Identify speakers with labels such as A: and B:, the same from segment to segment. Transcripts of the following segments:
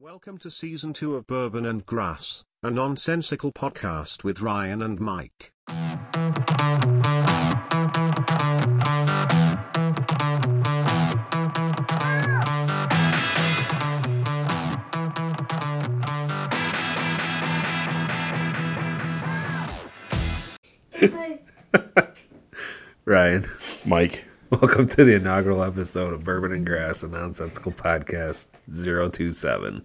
A: Welcome to season two of Bourbon and Grass, a nonsensical podcast with Ryan and Mike.
B: Ryan,
C: Mike.
B: welcome to the inaugural episode of Bourbon and Grass, a nonsensical podcast 027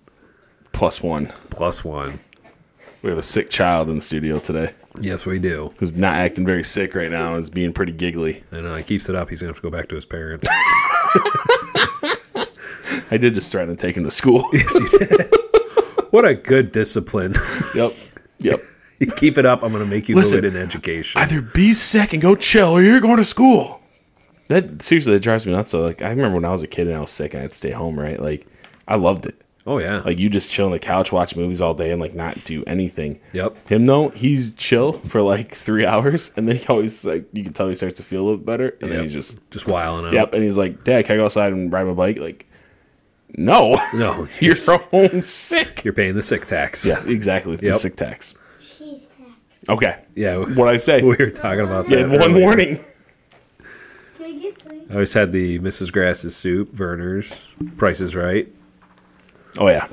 C: Plus one.
B: plus one.
C: We have a sick child in the studio today
B: Yes, we do.
C: who's not acting very sick right now and is being pretty giggly.
B: I know uh, he keeps it up. He's going to have to go back to his parents.
C: I did just threaten to take him to school.
B: what a good discipline.
C: yep. Yep.
B: you keep it up. I'm going to make you
C: Listen,
B: good in education.
C: Either be sick and go chill or you're going to school. That seriously that drives me nuts. So like I remember when I was a kid and I was sick and I'd stay home, right? Like I loved it.
B: oh, yeah.
C: Like you just chill on the couch, watch movies all day and like not do anything.
B: yep.
C: Him though, he's chill for like three hours and then he always like you can tell he starts to feel a little better and then
B: Yep.
C: he's just
B: Just wiling out.
C: Yep. And he's like, Dad, can I go outside and ride my bike? Like, no.
B: No,
C: You're
B: you're,
C: home sick.
B: you're paying the sick tax.
C: Yeah, exactly. The
B: Yep.
C: sick tax.
D: She's back.
C: Okay.
B: Yeah.
C: What I say.
B: We were talking about that.
C: Yeah, one
B: earlier.
C: warning.
D: Can I get three?
B: I always had the Mrs. Grass's soup, Verner's, Price is Right.
C: Oh yeah.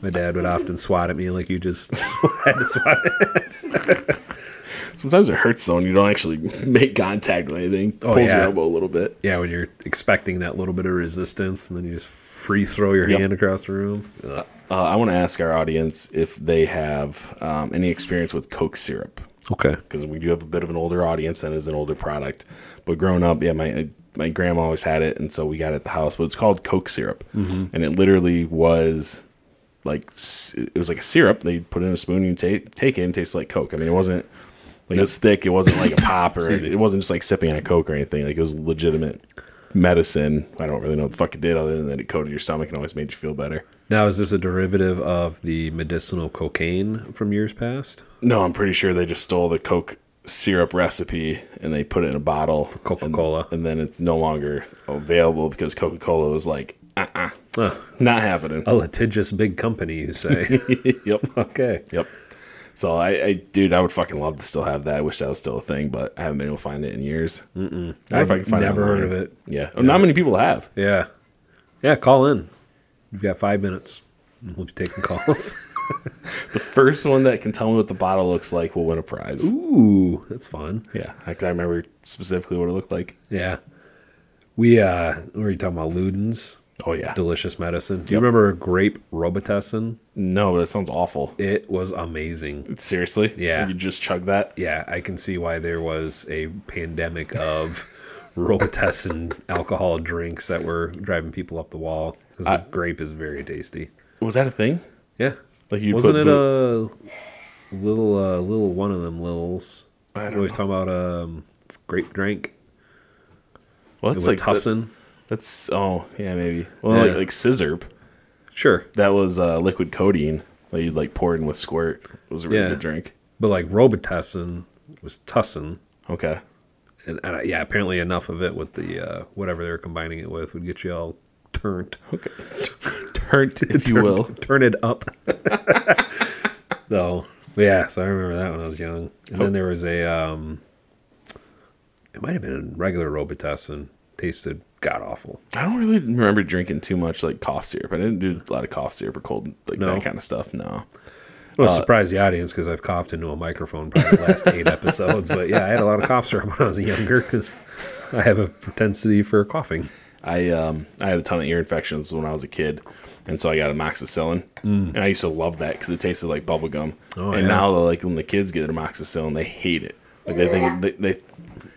B: My dad would often swat at me like you just had to swat
C: Sometimes it hurts though, and you don't actually make contact with anything.
B: Oh,
C: Pulls your
B: yeah.
C: elbow a little bit.
B: Yeah, when you're expecting that little bit of resistance and then you just free throw your
C: Yep.
B: hand across the room.
C: Uh, I want to ask our audience if they have um, any experience with Coke syrup.
B: Okay.
C: because we do have a bit of an older audience and is an older product. But growing up, yeah, my uh, my grandma always had it, and so we got it at the house. But it's called Coke syrup, and it literally was like s- it was like a syrup. They put it in a spoon, you take take it, and it tastes like Coke. I mean, it wasn't like it was thick. It wasn't like a pop or it wasn't just like sipping on a Coke or anything. Like it was legitimate medicine. I don't really know what the fuck it did, other than that it coated your stomach and always made you feel better.
B: Now, is this a derivative of the medicinal cocaine from years past?
C: No, I'm pretty sure they just stole the Coke syrup recipe and they put it in a bottle for
B: Coca-Cola.
C: and, and then it's no longer available because Coca-Cola was like, uh, uh
B: Huh.
C: not happening.
B: A litigious big company, you say.
C: yep,
B: okay.
C: yep. So I, I, dude, I would fucking love to still have that. I wish that was still a thing, but I haven't been able to find it in years. Mm-mm. I don't know if I can find
B: Never
C: it
B: heard
C: online.
B: of it.
C: Yeah, Oh, not many people have.
B: Yeah. Yeah, call in. You've got five minutes. We'll be taking calls.
C: The first one that can tell me what the bottle looks like will win a prize.
B: Ooh, that's fun.
C: Yeah, I, I remember specifically what it looked like.
B: Yeah. We, uh, we were talking about Ludens,
C: Oh yeah,
B: delicious medicine. Do you remember grape Robitussin?
C: no, that sounds awful.
B: It was amazing.
C: Seriously,
B: Yeah.
C: you just chug that.
B: yeah, I can see why there was a pandemic of Robitussin alcohol drinks that were driving people up the wall because the grape is very tasty.
C: Was that a thing?
B: Yeah,
C: Like you
B: wasn't
C: put
B: it
C: boot-
B: a little uh, little one of them lils?
C: I don't
B: we always talking about um, grape drink.
C: Well,
B: It was
C: that's
B: like
C: like the-
B: Tussin.
C: that's oh yeah maybe. Well,
B: Yeah.
C: like, like scissorp.
B: Sure,
C: That was uh, liquid codeine that you like poured in with squirt. It was a really
B: Yeah.
C: good drink.
B: but like Robitussin was Tussin,
C: Okay.
B: and, and uh, yeah, apparently enough of it with the uh, whatever they were combining it with would get you all turned.
C: Turnt, if you will.
B: turn it up. so yeah, so I remember that when I was young. And then there was a um it might have been a regular Robitussin. Tasted god awful.
C: I don't really remember drinking too much like cough syrup. I didn't do a lot of cough syrup or cold like
B: No.
C: that kind of stuff. No.
B: I was surprised the audience because I've coughed into a microphone probably the last eight episodes. But yeah, I had a lot of cough syrup when I was younger because I have a propensity for coughing.
C: I um I had a ton of ear infections when I was a kid, and so I got amoxicillin, and I used to love that because it tasted like bubble gum.
B: Oh,
C: and
B: yeah.
C: now like when the kids get amoxicillin, they hate it. Like they think they, they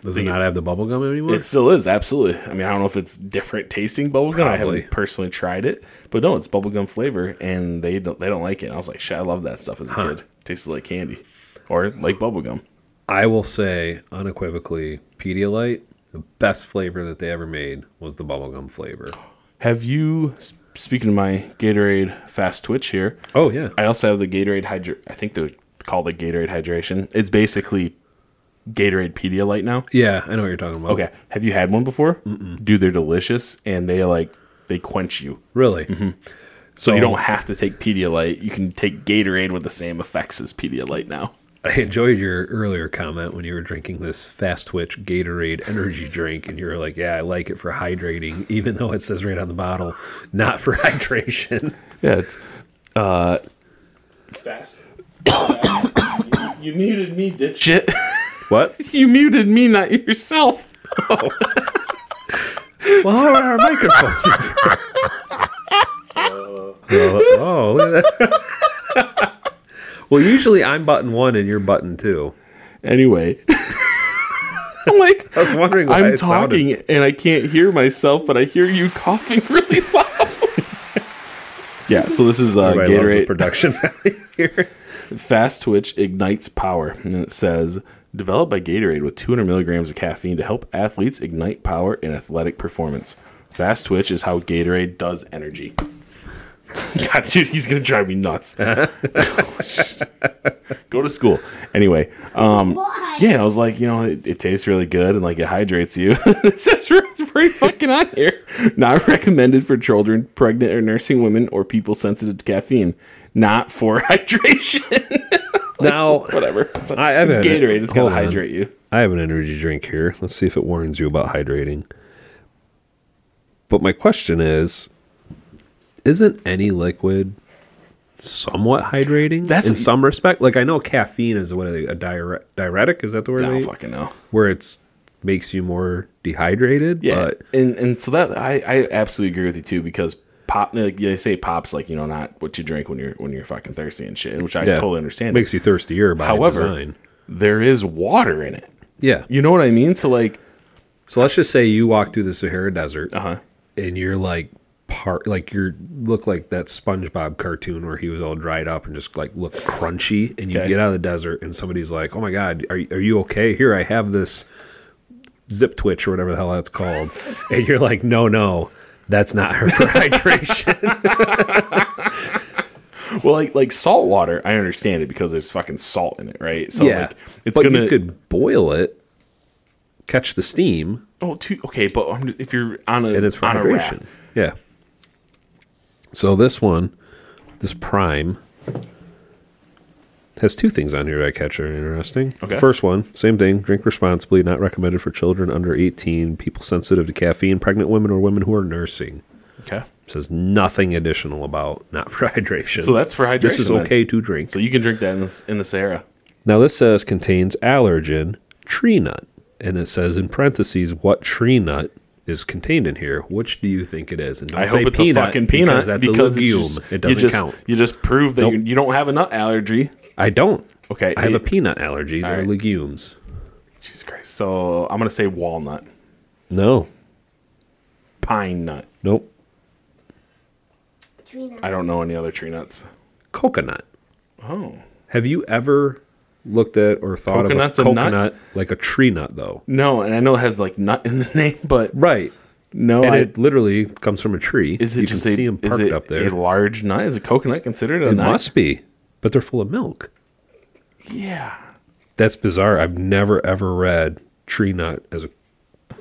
B: Does it not have the bubble gum anymore?
C: It still is, absolutely. I mean, I don't know if it's different tasting bubblegum. I
B: Probably.
C: haven't personally tried it, but no, it's bubblegum flavor, and they don't they don't like it. And I was like, shit, I love that stuff as a kid. Tastes like candy, or like bubblegum.
B: I will say unequivocally, Pedialyte, the best flavor that they ever made was the bubblegum flavor.
C: Have you s- speaking of my Gatorade fast twitch here?
B: Oh yeah.
C: I also have the Gatorade hydra. I think they're called the Gatorade hydration. It's basically Gatorade Pedialyte now.
B: Yeah, I know what you're talking about.
C: Okay, have you had one before? mm Dude, they're delicious, and they like they quench you.
B: Really?
C: So, you don't have to take Pedialyte. You can take Gatorade with the same effects as Pedialyte now.
B: I enjoyed your earlier comment when you were drinking this fast twitch Gatorade energy drink, and you were like, "Yeah, I like it for hydrating, even though it says right on the bottle, not for hydration."
C: Yeah, it's uh, fast. you, muted me, dipshit.
B: What?
C: you muted me, not yourself.
B: Well, how are our microphones? oh, oh, look at that. well, usually I'm button one and you're button two.
C: Anyway, I'm like,
B: I was wondering why
C: I'm
B: it sounded-
C: talking and I can't hear myself, but I hear you coughing really loud. yeah, so this is uh,
B: Everybody loves the
C: Gatorade
B: production value here.
C: Fast Twitch Ignites Power. And it says, developed by Gatorade with 200 milligrams of caffeine to help athletes ignite power and athletic performance. Fast Twitch is how Gatorade does energy. God, dude, he's going to drive me nuts. Go to school. Anyway, um,
D: Why?
C: yeah, and I was like, you know, it, it tastes really good and like it hydrates you. this is really very fucking on here. Not recommended for children, pregnant or nursing women, or people sensitive to caffeine. Not for hydration.
B: Now,
C: Whatever. It's,
B: I have
C: it's
B: an-
C: Gatorade. It's gotta
B: hold on.
C: hydrate you.
B: I have an energy drink here. Let's see if it warns you about hydrating. But my question is isn't any liquid somewhat hydrating
C: That's-
B: in some respect? Like I know caffeine is what a diure- diuretic is that the word
C: I
B: they-
C: don't fucking know.
B: where it's makes you more dehydrated,
C: Yeah,
B: but
C: and and so that I I absolutely agree with you too because pop like they say pops like you know not what you drink when you're when you're fucking thirsty and shit, which I
B: yeah,
C: totally understand.
B: Makes you thirstier by
C: However,
B: design.
C: there is water in it.
B: Yeah.
C: You know what I mean? So like,
B: So let's just say you walk through the Sahara Desert
C: uh huh.
B: and you're like part like you look like that SpongeBob cartoon where he was all dried up and just like looked crunchy and you
C: Okay.
B: get out of the desert and somebody's like, "Oh my god, are are you okay? Here I have this zip twitch or whatever the hell that's called." and you're like, "No, no. That's not her for hydration."
C: Well, like like salt water, I understand it because there's fucking salt in it, right? So like, it's
B: but
C: gonna
B: you could boil it, catch the steam,
C: oh too, okay, but I'm, if you're on a
B: and it's for
C: on a raft,
B: hydration. Yeah. So this one, this prime, has two things on here that I catch are interesting.
C: Okay.
B: First one, same thing, drink responsibly, not recommended for children under 18, people sensitive to caffeine, pregnant women or women who are nursing.
C: okay,
B: Says nothing additional about not for hydration.
C: so that's for hydration.
B: this is
C: then.
B: okay to drink.
C: So you can drink that in the, in the Sahara.
B: Now this says contains allergen tree nut, and it says in parentheses what tree nut is contained in here. Which do you think it is? And don't
C: I hope it's a fucking peanut
B: because that's a
C: it's
B: legume.
C: just-
B: it doesn't
C: you just,
B: count.
C: You just prove that
B: Nope.
C: you, you don't have a nut allergy.
B: I don't.
C: Okay,
B: I have a
C: it-
B: peanut allergy. They're
C: right.
B: legumes.
C: Jesus Christ. So I'm gonna say walnut,
B: No,
C: pine nut.
B: nope.
D: Trina.
C: I don't know any other tree nuts.
B: Coconut.
C: Oh
B: Have you ever looked at or thought
C: Coconut's
B: of
C: a
B: a
C: nut?
B: coconut like a tree nut though?
C: no, and I know it has like nut in the name, but
B: Right.
C: no,
B: and
C: I,
B: it literally comes from a tree.
C: is it
B: you
C: just
B: can
C: a,
B: see them
C: is
B: parked
C: it
B: up there.
C: a large nut? Is a coconut considered a
B: it
C: nut?
B: must be, but they're full of milk.
C: Yeah.
B: That's bizarre. I've never ever read tree nut as a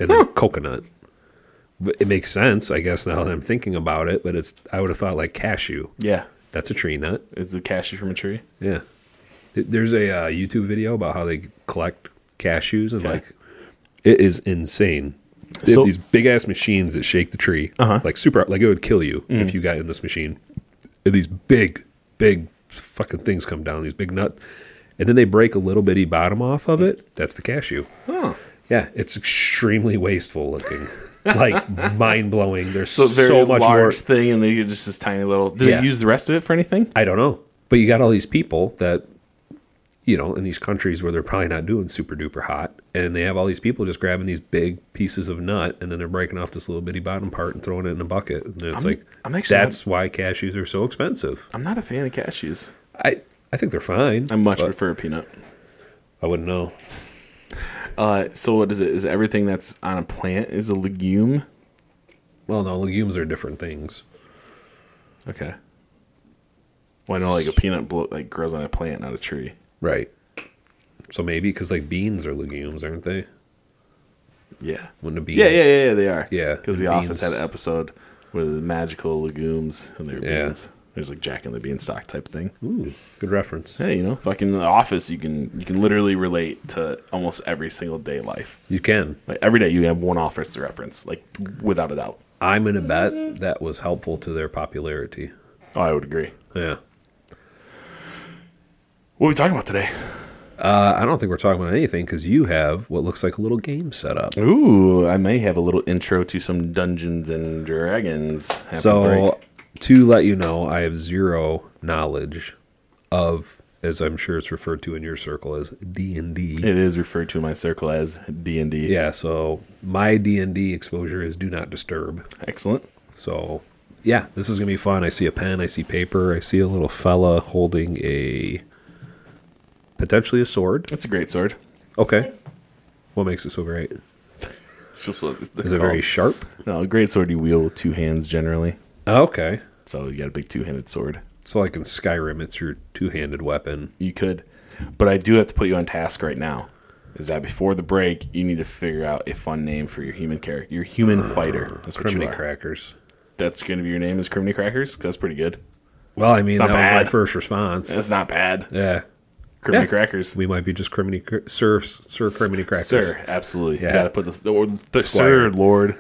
B: and then coconut. But it makes sense, I guess, now that I'm thinking about it. But it's I would have thought like cashew.
C: Yeah.
B: That's a tree nut.
C: It's a cashew from a tree.
B: Yeah. Th- There's a uh, YouTube video about how they collect cashews and
C: Okay.
B: like it is insane. They
C: So-
B: have these big ass machines that shake the tree,
C: Uh-huh. Mm.
B: like super, like it would kill you if you got in this machine. And these big, big fucking things come down, these big nut, and then they break a little bitty bottom off of it. That's the cashew.
C: Huh.
B: Yeah, it's extremely wasteful looking, like mind blowing. There's
C: So
B: so,
C: very
B: much
C: large
B: more.
C: thing, and they get just this tiny little. Do
B: Yeah.
C: they use the rest of it for anything?
B: I don't know. But you got all these people that, you know, in these countries where they're probably not doing super duper hot, and they have all these people just grabbing these big pieces of nut, and then they're breaking off this little bitty bottom part and throwing it in a bucket. And it's
C: I'm-
B: like,
C: I'm actually not-
B: that's why cashews are so expensive.
C: I'm not a fan of cashews.
B: I I think they're fine.
C: I much
B: but
C: prefer a peanut.
B: I wouldn't know.
C: Uh, so what is it? Is everything that's on a plant is a legume?
B: Well, no, legumes are different things.
C: Okay. Well, I know like a peanut blo- like grows on a plant, not a tree.
B: Right. So maybe because like beans are legumes, aren't they?
C: Yeah.
B: Wouldn't a bean?
C: Yeah, yeah, yeah, yeah they are.
B: Yeah,
C: because
B: the
C: the
B: beans.
C: Office had an episode with the magical legumes and their
B: Yeah.
C: beans. There's like Jack and the Beanstalk type thing.
B: Ooh, good reference.
C: Hey, you know, fucking The Office. You can you can literally relate to almost every single day life.
B: You can.
C: Like every day, you have one Office reference, like without a doubt.
B: I'm gonna bet that was helpful to their popularity.
C: Oh, I would agree.
B: Yeah.
C: What are we talking about today?
B: Uh, I don't think we're talking about anything because you have what looks like a little game set up.
C: Ooh, I may have a little intro to some Dungeons and Dragons. after
B: So,
C: break.
B: to let you know, I have zero knowledge of, as I'm sure it's referred to in your circle as D and D.
C: it is referred to in my circle as D and D.
B: Yeah. So my D and D exposure is Do Not Disturb.
C: excellent.
B: So, yeah, this is gonna be fun. I see a pen. I see paper. I see a little fella holding a potentially a sword.
C: That's a great sword.
B: Okay. What makes it so great?
C: It's just what they're
B: Is it very
C: called.
B: sharp?
C: No, a great sword you wield with two hands generally.
B: Okay.
C: So you got a big two-handed sword.
B: So like in Skyrim, it's your two-handed weapon.
C: You could, but I do have to put you on task right now. Is that before the break, you need to figure out a fun name for your human character, your human fighter. That's what you
B: Criminy
C: are.
B: crackers.
C: That's going to be your name is Criminy Crackers. That's pretty good.
B: Well, I mean,
C: not
B: that was my
C: bad.
B: first response.
C: That's not bad.
B: yeah.
C: Criminy
B: Yeah.
C: Crackers.
B: We might be just criminy, cr- sir, sir, criminy crackers.
C: Sir, absolutely.
B: Yeah.
C: You got to put the, or
B: Squire.
C: the sir, Lord.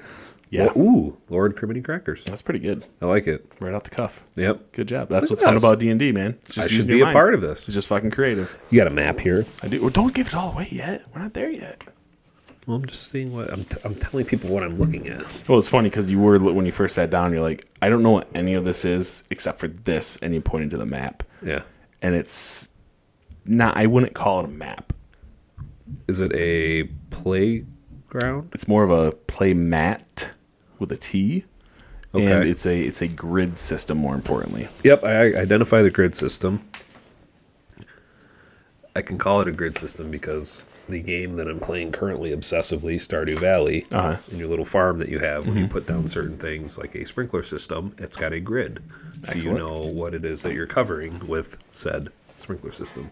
C: Yeah,
B: Well, ooh, Lord criminy crackers.
C: that's pretty good.
B: I like it.
C: Right off the cuff.
B: Yep.
C: Good job. That's
B: Look
C: what's
B: at
C: fun
B: us.
C: about D and D, man. It's
B: I
C: just
B: should
C: using your
B: be a
C: mind.
B: part of this.
C: It's just fucking creative.
B: You got a map here.
C: I do. Well, don't give it all away yet. We're not there yet.
B: Well, I'm just seeing what I'm. T- I'm telling people what I'm looking at.
C: Well, it's funny because you were when you first sat down, you're like, I don't know what any of this is except for this, and you pointed to the map,
B: Yeah.
C: and it's not. I wouldn't call it a map.
B: Is it a playground?
C: It's more of a play mat with a T, and
B: Okay.
C: it's a it's a grid system. More importantly,
B: Yep. I I identify the grid system. I can call it a grid system because the game that I'm playing currently obsessively, Stardew Valley,
C: Uh-huh. Mm-hmm.
B: and your little farm that you have when you put down certain things like a sprinkler system, it's got a grid. So
C: Excellent.
B: you know what it is that you're covering with said sprinkler system.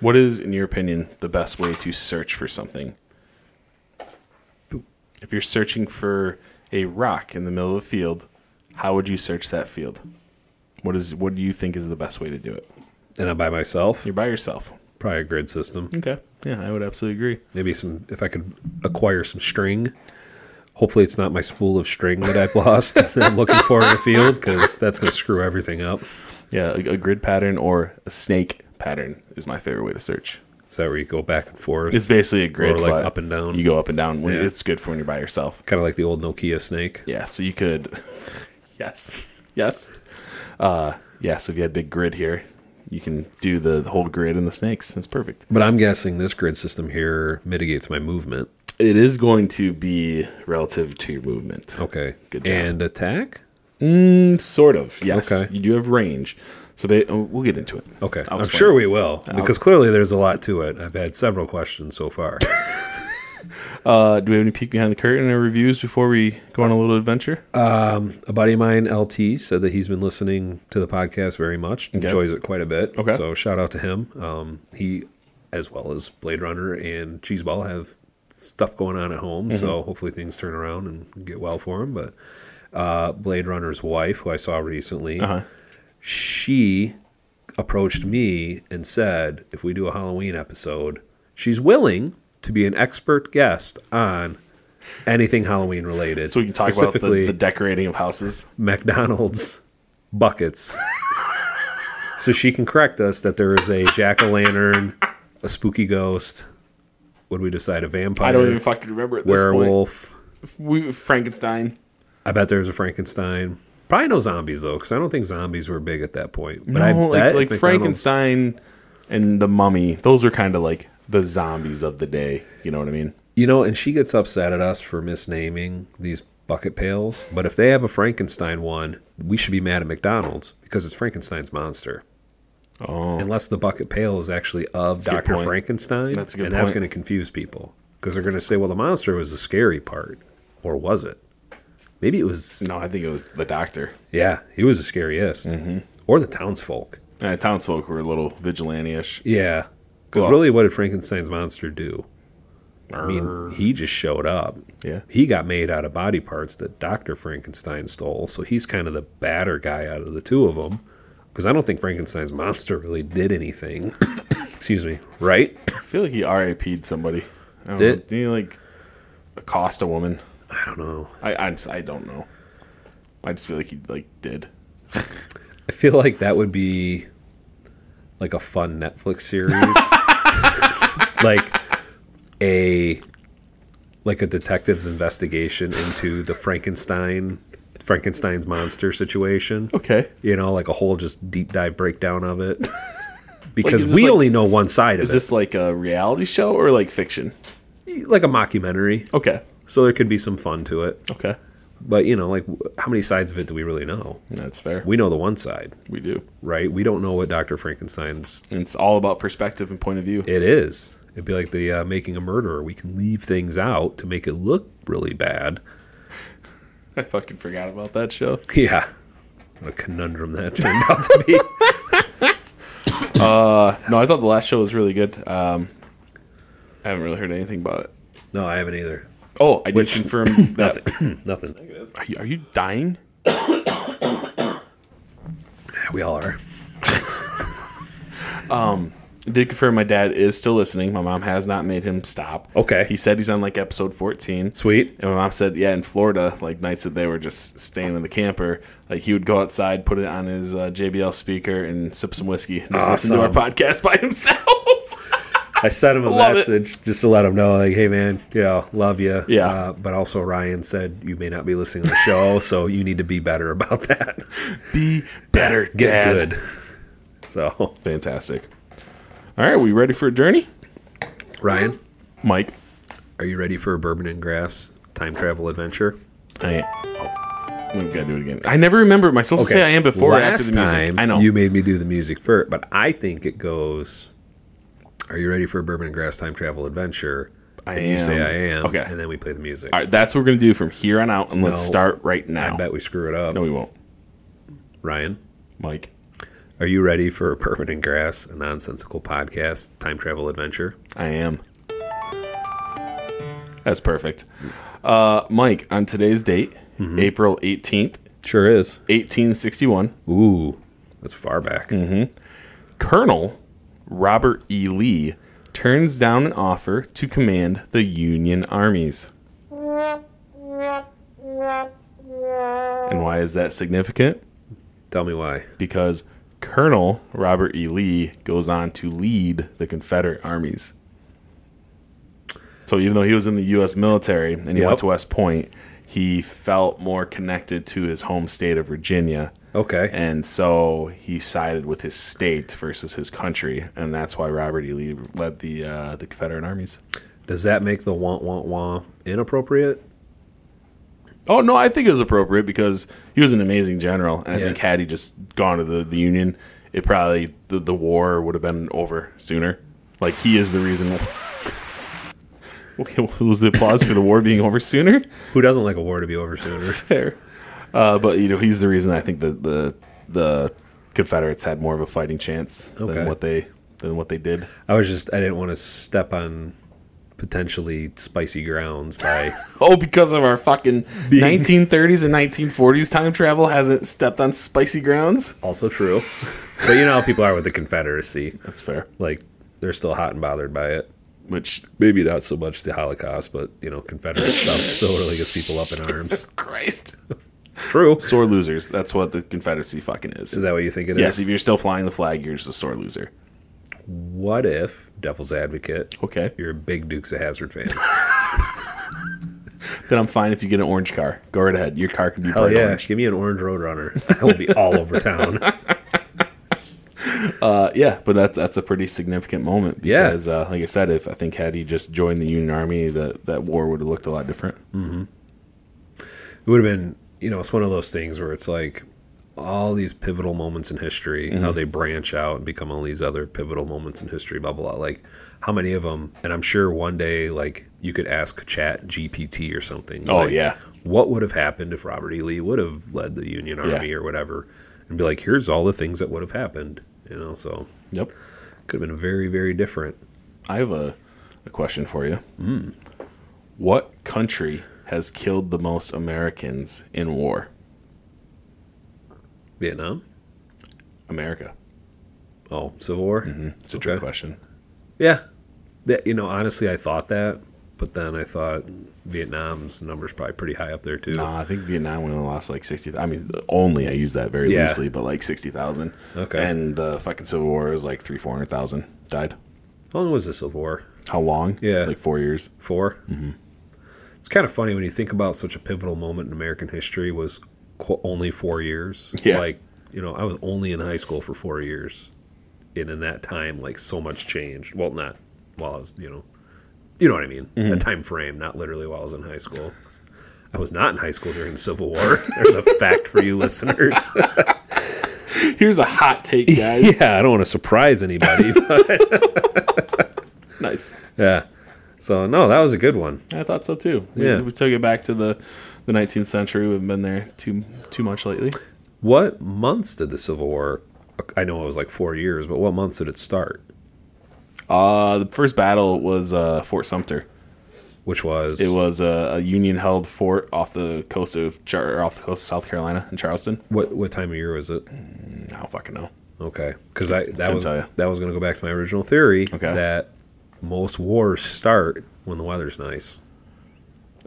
C: what is, in your opinion, the best way to search for something? If you're searching for a rock in the middle of a field, how would you search that field? What is what do you think is the best way to do it?
B: And I'm by myself,
C: You're by yourself.
B: probably a grid system.
C: Okay. Yeah, I would absolutely agree.
B: Maybe some, if I could acquire some string. Hopefully, it's not my spool of string that I've lost that I'm looking for in a field because that's going to screw everything up.
C: Yeah, a, a grid pattern or a snake pattern is my favorite way to search.
B: Is that where you go back and forth?
C: It's basically a grid,
B: Or like
C: but
B: up and down.
C: You go up and down. When
B: Yeah.
C: It's good for when you're by yourself.
B: kind of like the old Nokia snake.
C: Yeah. So you could. yes. Yes. Uh, yeah. So if you had a big grid here, you can do the whole grid and the snakes. It's perfect.
B: But I'm guessing this grid system here mitigates my movement.
C: It is going to be relative to your movement.
B: Okay.
C: Good job.
B: And attack?
C: Mm, sort of. Yes.
B: Okay.
C: You do have range. So ba- oh, we'll get into it.
B: Okay.
C: I'll
B: I'm
C: explain.
B: sure we will because clearly there's a lot to it. I've had several questions so far.
C: Uh, do we have any peek behind the curtain or reviews before we go on a little adventure?
B: a buddy of mine, LT, said that he's been listening to the podcast very much, enjoys it quite a bit.
C: Okay.
B: So shout out to him. Um, he, as well as Blade Runner and Cheeseball, have stuff going on at home.
C: Mm-hmm.
B: So hopefully things turn around and get well for him. But uh, Blade Runner's wife, who I saw recently,
C: Uh-huh.
B: she approached me and said, if we do a Halloween episode, she's willing to be an expert guest on anything Halloween related.
C: So we can talk about the,
B: specifically-
C: the decorating of houses.
B: McDonald's buckets. so she can correct us that there is a jack o' lantern, a spooky ghost. Would we decide a vampire?
C: I don't even fucking remember at this
B: werewolf.
C: point. We Frankenstein.
B: I bet there's a Frankenstein. Probably no zombies though, because I don't think zombies were big at that point. But
C: No,
B: I
C: like,
B: bet
C: like
B: McDonald's-
C: Frankenstein and the Mummy. Those are kind of like the zombies of the day. You know what I mean?
B: You know, and she gets upset at us for misnaming these bucket pails. But if they have a Frankenstein one, we should be mad at McDonald's because it's Frankenstein's monster.
C: Oh,
B: unless the bucket pail is actually of
C: a good
B: Dr.
C: point.
B: Frankenstein.
C: That's a good
B: And that's
C: point.
B: going to confuse people because they're going to say, well, the monster was the scary part. Or was it? Maybe it was.
C: no, I think it was the Doctor.
B: Yeah, he was the scariest.
C: Mm-hmm.
B: Or the townsfolk.
C: Uh, townsfolk were a little vigilante-ish.
B: Yeah. Because
C: Well-
B: really, what did Frankenstein's monster do? I mean, he just showed up.
C: Yeah.
B: He got made out of body parts that Dr. Frankenstein stole. So he's kind of the badder guy out of the two of them. Because I don't think Frankenstein's monster really did anything. Excuse me. Right?
C: I feel like he RIP'd somebody. I don't
B: Did-
C: know. Did he like accost a woman?
B: I don't know.
C: I, I just- I don't know. I just feel like he like did.
B: I feel like that would be like a fun Netflix series. like a like a detective's investigation into the Frankenstein Frankenstein's monster situation.
C: Okay.
B: You know, like a whole just deep dive breakdown of it.
C: is
B: Because
C: this
B: we
C: like-
B: only know one side of
C: Is this like a reality show or like fiction?
B: it. Like a mockumentary.
C: Okay.
B: So there could be some fun to it.
C: Okay.
B: But, you know, like w- how many sides of it do we really know?
C: That's fair. We,
B: We know the one side,
C: we do.
B: right? We don't know what Dr. Frankenstein's
C: And it's all about perspective and point of view.
B: It is. It'd be like the uh, making a murderer. We can leave things out to make it look really bad.
C: I fucking forgot about that show.
B: Yeah. What a conundrum that turned out to be.
C: No, I thought the last show was really good. Um, I haven't really heard anything about it.
B: No, I haven't either.
C: Oh, I did confirm that.
B: Nothing.
C: Are you, are you dying?
B: We all are.
C: I did confirm my dad is still listening. My mom has not made him stop.
B: Okay.
C: He said he's on like episode 14.
B: Sweet.
C: And my mom said, yeah, in Florida, like nights that they were just staying in the camper, like he would go outside, put it on his uh, JBL speaker, and sip some whiskey. And just listen to our
B: Awesome.
C: podcast by himself.
B: I sent him a
C: Love it.
B: message just to let him know, like, hey, man, you know, love you.
C: Yeah.
B: Uh, but also, Ryan said you may not be listening to the show, so you need to be better about that.
C: Be better,
B: Get
C: Dad.
B: good. So,
C: Fantastic. All right, we ready for a journey?
B: Ryan,
C: Mike.
B: are you ready for a bourbon and grass time travel adventure?
C: I oh, we gotta do it again. I never remember. Am I supposed to say I am before or
B: last
C: after the music?
B: time
C: I know.
B: you made me do the music first, but I think it goes. Are you ready for a bourbon and grass time travel adventure?
C: I
B: and You say I am.
C: Okay.
B: and then we play the music.
C: All right, that's what we're gonna do from here on out, and let's
B: No.
C: start right now.
B: I bet we screw it up.
C: No, we won't.
B: Ryan,
C: Mike,
B: are you ready for a bourbon and grass, a nonsensical podcast time travel adventure?
C: I am. That's perfect. Uh, Mike, on today's date, April eighteenth,
B: Sure is.
C: eighteen sixty-one,
B: Ooh, that's far back.
C: Hmm. Colonel Robert E. Lee turns down an offer to command the Union armies. And why is that significant?
B: Tell me why.
C: because Colonel Robert E. Lee goes on to lead the Confederate armies. So even though he was in the U.S. military and he
B: Yep.
C: went to West Point, he felt more connected to his home state of Virginia.
B: Okay.
C: And so he sided with his state versus his country, and that's why Robert E. Lee led the uh, the Confederate armies.
B: Does that make the want want want inappropriate?
C: Oh no, I think it was appropriate because he was an amazing general, and I
B: Yeah.
C: think had he just gone to the, the Union, it probably the, the war would have been over sooner. Like he is the reason. Okay, well, was the applause for the war being over sooner?
B: Who doesn't like a war to be over sooner?
C: Fair, uh, but you know he's the reason I think that the the Confederates had more of a fighting chance
B: Okay.
C: than what they than what they did.
B: I was just I didn't want to step on potentially spicy grounds by
C: Oh, because of our fucking 1930s and 1940s time travel hasn't stepped on spicy grounds.
B: also true. But you know how people are with the Confederacy.
C: That's fair.
B: Like they're still hot and bothered by it.
C: Which
B: Maybe not so much the Holocaust, but you know, Confederate stuff still really gets people up in arms.
C: Christ.
B: True.
C: Sore losers. That's what the Confederacy fucking is.
B: Is that what you think it is?
C: yes, if you're still flying the flag, you're just a sore loser.
B: What if Devil's Advocate?
C: Okay.
B: You're a big Dukes of Hazard fan.
C: Then I'm fine if you get an orange car. Go right ahead. Your car can be
B: Hell
C: bright
B: yeah.
C: orange.
B: Give me an orange roadrunner. I will be all over town.
C: Uh, yeah, but that's that's a pretty significant moment.
B: Yeah.
C: Because, uh, like I said, if I think had he just joined the Union Army, that that war would have looked a lot different.
B: it would have been you know it's one of those things where it's like all these pivotal moments in history
C: Mm-hmm.
B: how they branch out and become all these other pivotal moments in history blah blah blah like how many of them and i'm sure one day like you could ask chat gpt or something
C: Oh,
B: like,
C: yeah.
B: what would have happened if robert e lee would have led the union army or whatever and be like here's all the things that would have happened you know so
C: Yep.
B: could have been very very different
C: I have a a question for you. What country has killed the most Americans in war?
B: Vietnam?
C: America. Mm-hmm.
B: Oh, Civil War?
C: It's a trick
B: Okay.
C: question.
B: Yeah. That, you know, honestly, I thought that, but then I thought Vietnam's number's probably pretty high up there, too.
C: Nah, I think Vietnam only lost like sixty. I mean, only I use that very
B: Yeah.
C: loosely, but like sixty thousand.
B: Okay.
C: And the fucking Civil War was like three, four hundred thousand died.
B: How long was the Civil War?
C: How long?
B: Yeah.
C: like four years.
B: 4 Mm-hmm. It's kind of funny when you think about such a pivotal moment in American history was qu- only four years.
C: Yeah.
B: Like, you know, I was only in high school for four years. And in that time, like, so much changed. Well, not while I was, you know, you know what I mean?
C: Mm-hmm.
B: A time frame, not literally while I was in high school. I was not in high school during the Civil War. There's a fact for you listeners.
C: Here's a hot take, guys.
B: yeah, I don't want to surprise anybody. But
C: Nice.
B: yeah. So, no, that was a good one.
C: I thought so too. We-
B: Yeah.
C: we, took it back to the the 19th century. We've been there too too much lately.
B: What months did the Civil War? I know it was like four years, but what months did it start?
C: Uh the first battle was uh, Fort Sumter.
B: Which was
C: It was a, a Union held fort off the coast of Char- or off the coast of South Carolina in Charleston.
B: what? What time of year was it?
C: I don't fucking know.
B: Okay, because I that was
C: tell ya.
B: that was going to go back to my original theory
C: Okay.
B: that most wars start when the weather's nice.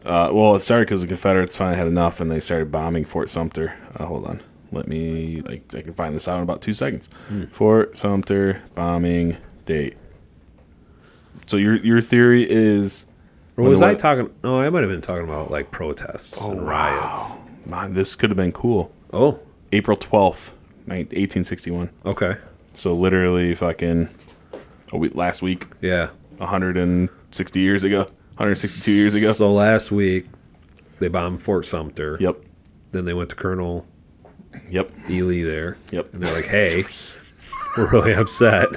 C: Uh, well, it started because the Confederates finally had enough, and they started bombing Fort Sumter. Uh, hold on, let me like I can find this out in about two seconds. Fort Sumter bombing date. So your your theory is
B: Or was
C: When the Oh,
B: I
C: wea-
B: talking? No, I might have been talking about like protests and riots.
C: Man, this could have been cool.
B: Oh,
C: April twelfth, eighteen sixty one.
B: okay,
C: So literally, fucking a week last week,
B: yeah.
C: hundred and sixty years ago, one hundred sixty two years ago.
B: So last week they bombed Fort Sumter.
C: Yep,
B: Then they went to Colonel
C: yep,
B: Ely there.
C: Yep.
B: And they're like, hey, we're really upset.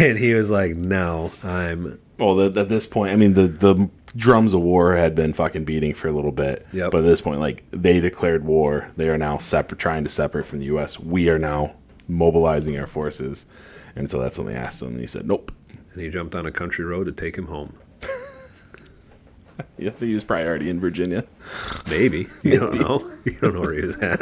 B: and he was like, no, I'm.
C: Well, the, at this point, I mean, the the drums of war had been fucking beating for a little bit.
B: Yep.
C: But at this point, like they declared war, they are now separate, trying to separate from the U.S. We are now mobilizing our forces, and so that's when they asked him, and he said, "Nope."
B: And he jumped on a country road to take him home.
C: Yeah, he was probably already in Virginia.
B: Maybe. You don't know. You don't know where he was at.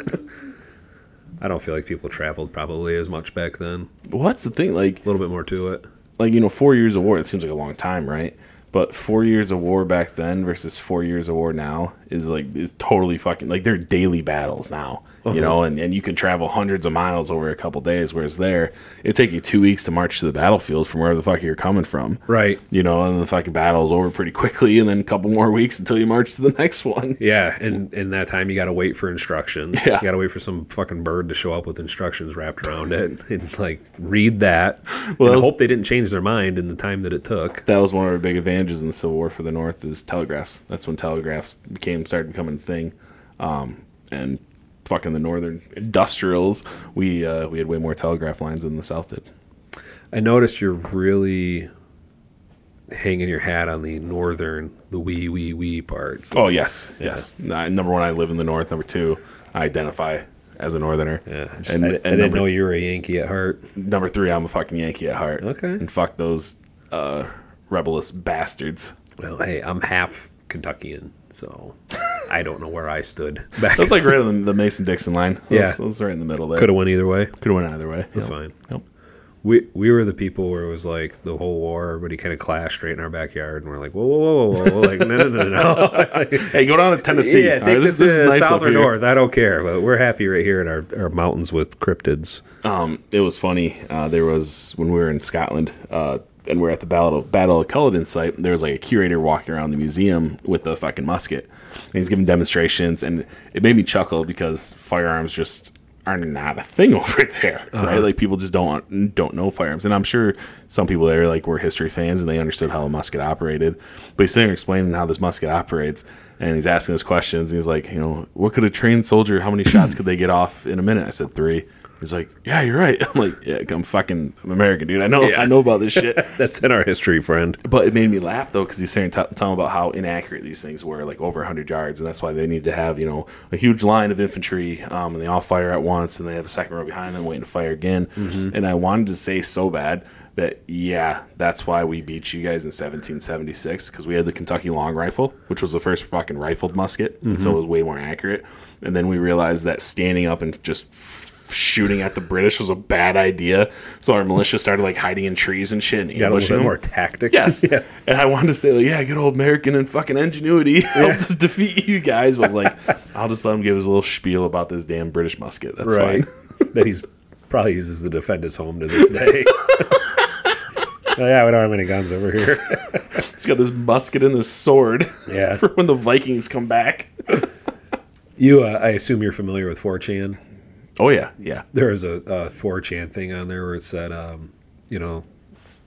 B: I don't feel like people traveled probably as much back then.
C: Well, that's the thing, like
B: A little bit more to it.
C: like you know, four years of war. It seems like a long time, right? But four years of war back then versus four years of war now is like is totally fucking like they're daily battles now, you know, and, and you can travel hundreds of miles over a couple days, whereas there it take you two weeks to march to the battlefield from wherever the fuck you're coming from,
B: Right.
C: You know, and the fucking battle's over pretty quickly, and then a couple more weeks until you march to the next one.
B: Yeah, and in that time you got to wait for instructions.
C: Yeah.
B: You got to wait for some fucking bird to show up with instructions wrapped around it and like read that.
C: Well,
B: and
C: that was-
B: hope they didn't change their mind in the time that it took.
C: That was one of our big advantages in the Civil War for the North is telegraphs. That's when telegraphs became started becoming a thing, um, and fucking the Northern industrials, we uh, we had way more telegraph lines than the South did.
B: I noticed you're really hanging your hat on the northern, the wee wee wee parts.
C: Oh yes, yes. Nah, number one, I live in the North. Number two, I identify as a Northerner.
B: yeah, I just-
C: and,
B: I, I
C: and
B: didn't
C: number,
B: know you were a Yankee at heart.
C: number three, I'm a fucking Yankee at heart.
B: Okay.
C: and fuck those uh, rebellious bastards.
B: Well, hey, I'm half Kentuckian, so I don't know where I stood back.
C: That's like right on the, the Mason Dixon line. That's,
B: Yeah.
C: that's right in the middle there.
B: Could have went either way.
C: Could have went either way.
B: It's
C: Yep.
B: fine.
C: Yep.
B: We we were the people where it was like the whole war, everybody kind of clashed right in our backyard, and we're like, whoa, whoa, whoa, whoa, whoa, like no, no, no, no, no.
C: Hey, go down to Tennessee.
B: Yeah,
C: All
B: take
C: right,
B: this,
C: is
B: uh,
C: nice
B: south
C: up
B: or
C: here.
B: north. I don't care, but we're happy right here in our, our mountains with cryptids.
C: Um, it was funny. Uh, there was when we were in Scotland, uh, and we are at the Battle of, Battle of Culloden site. There was like a curator walking around the museum with a fucking musket, and he's giving demonstrations, and it made me chuckle because firearms just are not a thing over there, right? Like people just don't don't know firearms, and I'm sure some people there like were history fans and they understood how a musket operated. But he's sitting there explaining how this musket operates, and he's asking us questions. And he's like, you know, what could a trained soldier? How many shots could they get off in a minute? I said three. He's He's like, yeah, you're right. I'm like, yeah, I'm fucking I'm American, dude. I know,
B: Yeah.
C: I know about this shit.
B: That's in our history, friend.
C: But it made me laugh though because he's saying t- telling about how inaccurate these things were, like over 100 yards, and that's why they need to have you know a huge line of infantry, um, and they all fire at once, and they have a second row behind them waiting to fire again. And I wanted to say so bad that yeah, that's why we beat you guys in 1776 because we had the Kentucky long rifle, which was the first fucking rifled musket, and so it was way more accurate. And then we realized that standing up and just shooting at the British was a bad idea, so our militia started like hiding in trees and shit and
B: Got a
C: ambushing
B: little bit
C: them.
B: more tactic.
C: Yes.
B: yeah.
C: And I wanted to say, like, yeah, good old American and fucking ingenuity helped us defeat you guys. But I was like, I'll just let him give his little spiel about this damn British musket. That's
B: right.
C: fine.
B: that he's probably uses to defend his home to this day. Oh, yeah, we don't have any guns over here.
C: He's got this musket and this sword
B: Yeah.
C: for when the Vikings come back.
B: You, uh, I assume you're familiar with 4chan.
C: Oh, yeah. Yeah.
B: There was a, a 4chan thing on there where it said, um, you know,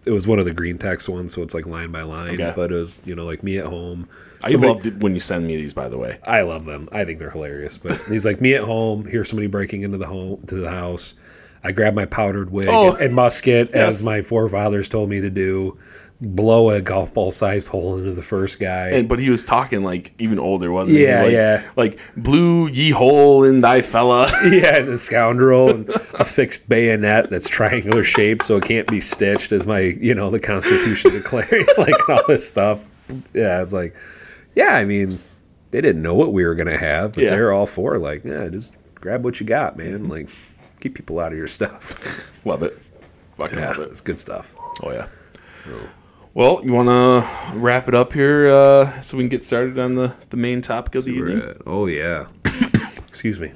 B: it was one of the green text ones, so it's like line by line,
C: Okay.
B: but it was, you know, like me at home.
C: I
B: Somebody-
C: loved it when you send me these, by the way.
B: I love them. I think they're hilarious. But he's like, me at home. Here's somebody breaking into the home to the house. I grab my powdered wig
C: Oh.
B: and musket, as
C: Yes.
B: my forefathers told me to do. Blow a golf ball sized hole into the first guy.
C: And, but he was talking like even older, wasn't
B: Yeah,
C: he? Like,
B: yeah.
C: Like blue ye hole in thy fella.
B: yeah, and a scoundrel and a fixed bayonet that's triangular shaped, so it can't be stitched, as my you know the Constitution declares, like all this stuff. Yeah, it's like, yeah, I mean, they didn't know what we were gonna have, but
C: Yeah.
B: they're all for like, yeah, just grab what you got, man. Like, keep people out of your stuff.
C: love it. Fucking
B: Yeah,
C: love it.
B: it's good stuff.
C: Oh yeah. Well, you want to wrap it up here uh, so we can get started on the, the main topic of the evening?
B: Oh yeah. Excuse me.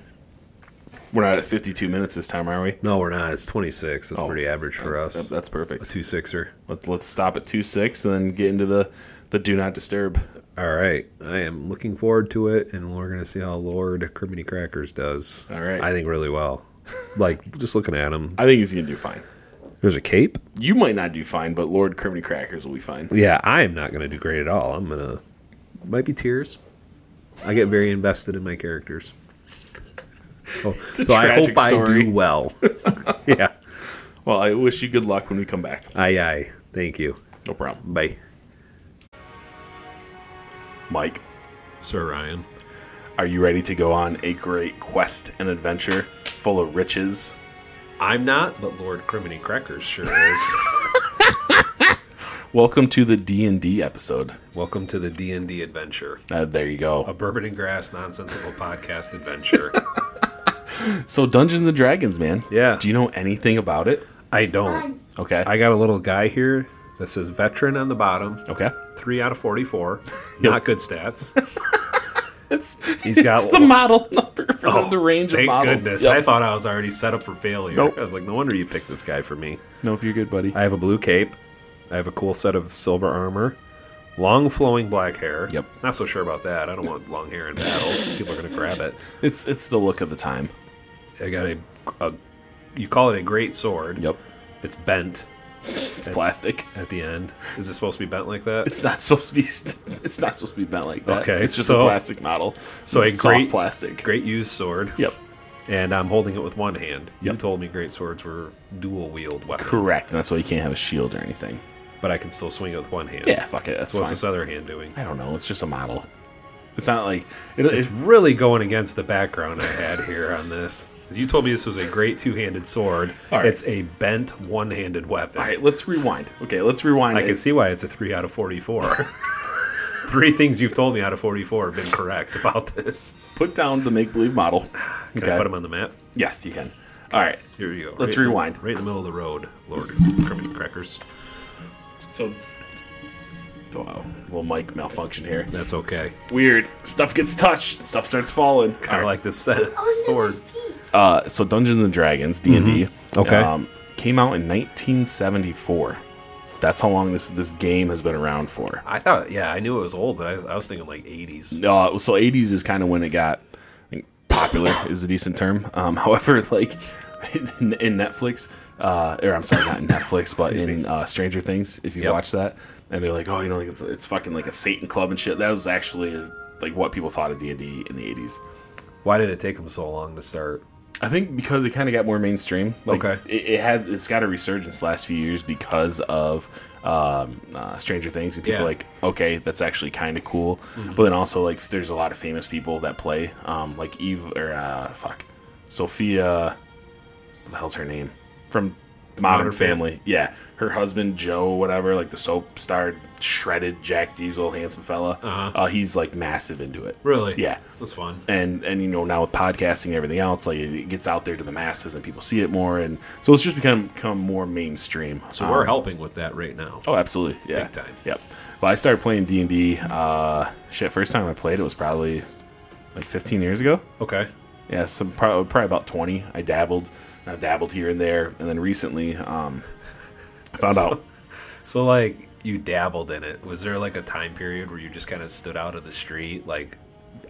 C: We're not at 52 minutes this time, are we?
B: No, we're not. It's twenty six. That's pretty average for
C: Yep,
B: us.
C: That's perfect.
B: Two sixer.
C: Let, let's stop at 2 6 and then get into the, the do not disturb.
B: All right, I am looking forward to it, and we're gonna see how Lord Criminy Crackers does.
C: All right.
B: I think really well. Like just looking at him,
C: I think he's going to do fine.
B: there's a cape.
C: You might not do fine, but Lord Criminy Crackers will be fine.
B: Yeah, I am not gonna do great at all. I'm gonna might be tears. I get very invested in my characters, so,
C: a
B: so I hope
C: tragic
B: I
C: story.
B: do well. yeah,
C: Well, I wish you good luck when we come back.
B: aye aye. Thank you.
C: No problem.
B: Bye,
C: Mike,
B: Sir Ryan.
C: are you ready to go on a great quest and adventure full of riches?
B: I'm not, but Lord Criminy Crackers sure is.
C: Welcome to the D&D episode.
B: Welcome to the D and D adventure.
C: Uh, there you go.
B: a bourbon and grass nonsensical podcast adventure.
C: So Dungeons and Dragons, man.
B: Yeah.
C: Do you know anything about it?
B: I don't.
C: Okay.
B: I got a little guy here that says veteran on the bottom,
C: okay.
B: three out of 44. Not good stats.
C: It's
B: He's got-
C: it's the model number for the range of
B: Oh, Thank
C: models.
B: goodness.
C: Yep.
B: I thought I was already set up for failure.
C: Nope.
B: I was like, no wonder you picked this guy for me.
C: Nope, you're good, buddy.
B: I have a blue cape. I have a cool set of silver armor. Long flowing black hair.
C: Yep.
B: Not so sure about that. I don't want long hair in battle. People are going to grab it.
C: It's it's the look of the time.
B: I got a, a, you call it a great sword.
C: Yep.
B: It's bent
C: It's plastic.
B: at the end. Is it supposed to be bent like that?
C: It's not supposed to be. st- It's not supposed to be bent like that.
B: Okay,
C: It's just a
B: so-
C: plastic model.
B: so a
C: It's soft
B: great-
C: plastic.
B: Great used sword.
C: Yep.
B: And I'm holding it with one hand. You
C: Yep.
B: told me great swords were dual wield weapons,
C: Correct. And that's why you can't have a shield or anything.
B: but I can still swing it with one hand.
C: Yeah. Fuck it. That's
B: So what's
C: fine.
B: this other hand doing?
C: I don't know. It's just a model. It's not like it,
B: It's
C: it's
B: really going against the background I had here on this. 'Cause You told me this was a great two-handed sword.
C: All right.
B: It's a bent one-handed weapon.
C: All right. Let's rewind. Okay. Let's rewind.
B: I can see why it's a three out of forty-four. Three things you've told me out of forty-four have been correct about this.
C: put down the make believe model.
B: Can I put them on the map?
C: Yes, you can. All right.
B: Here we go.
C: Let's
B: Right-
C: rewind.
B: Right in the middle of the road, Lord Crimin Crackers.
C: So, oh, wow, little mic malfunction here.
B: That's okay.
C: Weird stuff gets touched, stuff starts falling.
B: I like this set
D: Oh, no,
B: sword.
D: my feet.
C: Uh, so Dungeons and Dragons D and D,
B: Mm-hmm.
C: um,
B: Okay.
C: came out in 1974. That's how long this this game has been around for.
B: I thought, yeah, I knew it was old, but I, I was thinking like 80s.
C: Uh, so 80s is kind of when it got I think, popular is a decent term. Um, however, like in, in Netflix, uh, or I'm sorry, not in Netflix, but in uh, Stranger Things, if you
B: Yep.
C: watch that, and they're like, oh, you know, like, it's, it's fucking like a Satan club and shit. That was actually like what people thought of D and D in the 80s.
B: Why did it take them so long to start?
C: I think because it kind of got more mainstream. Like,
B: Okay.
C: It, it had it's got a resurgence last few years because of um, uh, Stranger Things and people
B: Yeah. Mm-hmm.
C: like okay that's actually kind of cool. But then also like there's a lot of famous people that play um, like Eve or uh, fuck Sophia. What the hell's her name from Modern,
B: Modern Family.
C: Family? Yeah, her husband Joe, whatever, like the soap starred, shredded Jack Diesel, handsome fella.
B: Uh-huh.
C: Uh, he's like massive into it.
B: Really?
C: Yeah
B: That's fun.
C: and and you know now with podcasting and everything else like it gets out there to the masses and people see it more and so it's just become become more mainstream
B: So
C: Um,
B: we're helping with that right now.
C: oh absolutely yeah
B: Big time.
C: yep well i started playing d&d uh shit first time i played it was probably like 15 years ago
B: Okay.
C: yeah some probably, probably about 20 i dabbled i dabbled here and there and then recently um I found out
B: So like you dabbled in it. Was there like a time period where you just kind of stood out of the street, like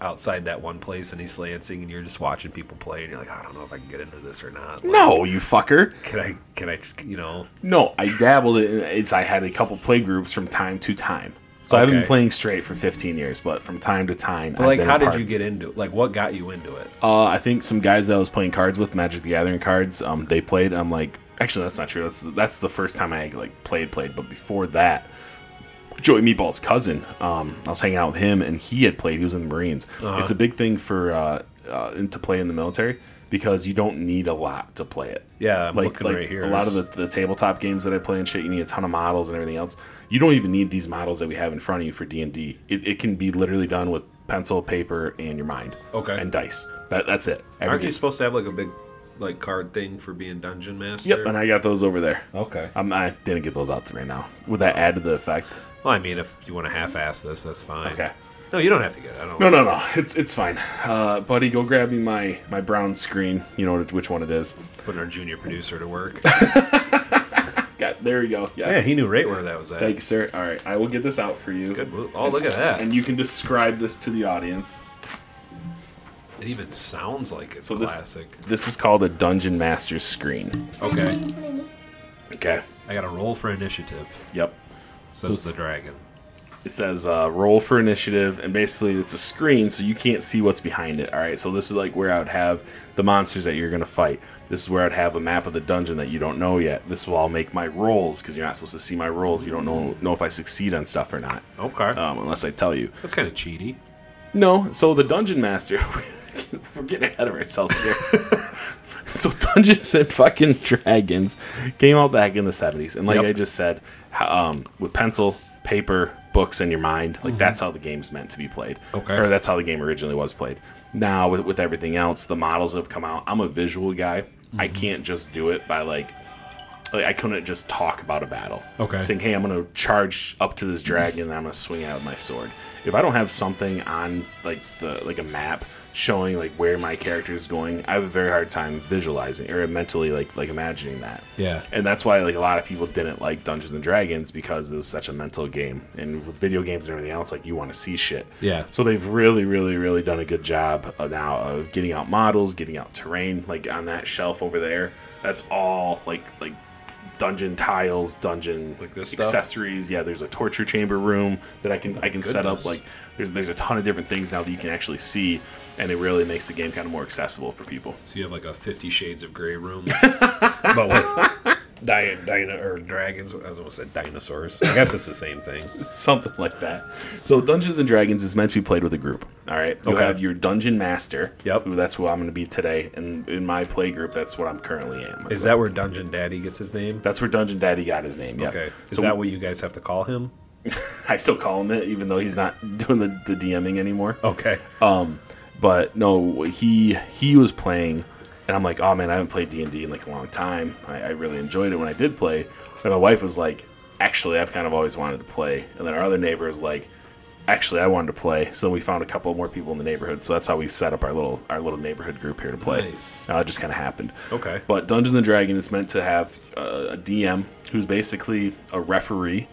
B: outside that one place in East Lansing, and you're just watching people play, and you're like, I don't know if I can get into this or not. Like,
C: no you fucker
B: Can I? Can I? You know?
C: No, I dabbled in it's I had a couple play groups from time to time. So I've been
B: Okay.
C: playing straight for 15 years, but from time to time.
B: But
C: I've
B: like,
C: been
B: how
C: a
B: did
C: part-
B: you get into? it? Like, what got you into it?
C: Uh, I think some guys that I was playing cards with, Magic the Gathering cards, um, they played. I'm like, actually, that's not true. That's that's the first time I like played played. But before that, Joey Meatball's cousin, um, I was hanging out with him, and he had played. He was in the Marines.
B: Uh-huh.
C: It's a big thing for uh, uh, in- to play in the military because you don't need a lot to play it.
B: Yeah, I'm looking right here.
C: A lot of the, the tabletop games that I play and shit, you need a ton of models and everything else. You don't even need these models that we have in front of you for D and D. It it can be literally done with pencil, paper, and your mind.
B: Okay.
C: And dice. That, that's it. Every
B: Aren't you
C: game.
B: supposed to have like a big like card thing for being dungeon master?
C: Yep, and I got those over there.
B: okay.
C: I'm, I didn't get those out to right now. Would that add to the effect?
B: Well, I mean, if you want to half-ass this, that's fine.
C: Okay.
B: No, you don't have to get it. I don't.
C: No, no, no. It's it's fine. Uh, buddy, go grab me my my brown screen. You know which one it is.
B: Putting our junior producer to work.
C: Got there. You go. Yes.
B: yeah, he knew right where that was at.
C: Thank you, sir. All right, I will get this out for you.
B: Good move. Oh, look at that.
C: And you can describe this to the audience.
B: It even sounds like it's
C: So this-
B: classic.
C: This is called a dungeon master's screen.
B: Okay.
C: Okay.
B: I got a roll for initiative.
C: Yep.
B: Says
C: it's-
B: the dragon.
C: it says uh, roll for initiative and basically it's a screen so you can't see what's behind it all right so this is like where i would have the monsters that you're going to fight this is where i'd have a map of the dungeon that you don't know yet this will all make my rolls because you're not supposed to see my rolls you don't know know if i succeed on stuff or not
B: Okay.
C: um, unless i tell you
B: that's kind of cheaty.
C: no so the dungeon master we're getting ahead of ourselves here so Dungeons and fucking Dragons came out back in the 70s. And like
B: Yep.
C: I just said, h- um, with pencil, paper, books, and your mind, like that's how the game's meant to be played.
B: Okay.
C: Or that's how the game originally was played. Now, with, with everything else, the models have come out. I'm a visual guy. I can't just do it by like, like, I couldn't just talk about a battle.
B: Okay.
C: Saying, hey, I'm going to charge up to this dragon and I'm going to swing out with my sword. If I don't have something on like the like a map showing like where my character is going, I have a very hard time visualizing or mentally like like imagining that.
B: Yeah.
C: And that's why like a lot of people didn't like Dungeons and Dragons because it was such a mental game. And with video games and everything else, like you want to see shit.
B: Yeah.
C: So they've really, really, really done a good job of now of getting out models, getting out terrain, like on that shelf over there. That's all like like dungeon tiles, dungeon
B: Like this stuff?
C: accessories. Yeah, there's a torture chamber room that I can I can set up.
B: Goodness.
C: Like there's there's a ton of different things now that you can actually see, and it really makes the game kind of more accessible for people.
B: So you have like a Fifty Shades of Grey room, but with di- dino or dragons. I was almost said dinosaurs. I guess it's the same thing.
C: something like that. So Dungeons and Dragons is meant to be played with a group. All right, you
B: Okay.
C: have your dungeon master.
B: Yep.
C: who that's who I'm going to be today, and in my play group, that's what I'm currently am.
B: Is that where Dungeon Daddy gets his name?
C: That's where Dungeon Daddy got his name. Yeah.
B: Okay. Is
C: so
B: that what you guys have to call him?
C: I still call him it, even though he's not doing the, the DMing anymore.
B: Okay.
C: Um, but no, he he was playing, and I'm like, oh man, I haven't played D and D in like a long time. I, I really enjoyed it when I did play. And my wife was like, actually, I've kind of always wanted to play. And then our other neighbor was like, actually, I wanted to play. So then we found a couple more people in the neighborhood. So that's how we set up our little our little neighborhood group here to play.
B: Nice.
C: Uh, it just kind of happened.
B: Okay.
C: But Dungeons and Dragons is meant to have uh, a DM who's basically a referee.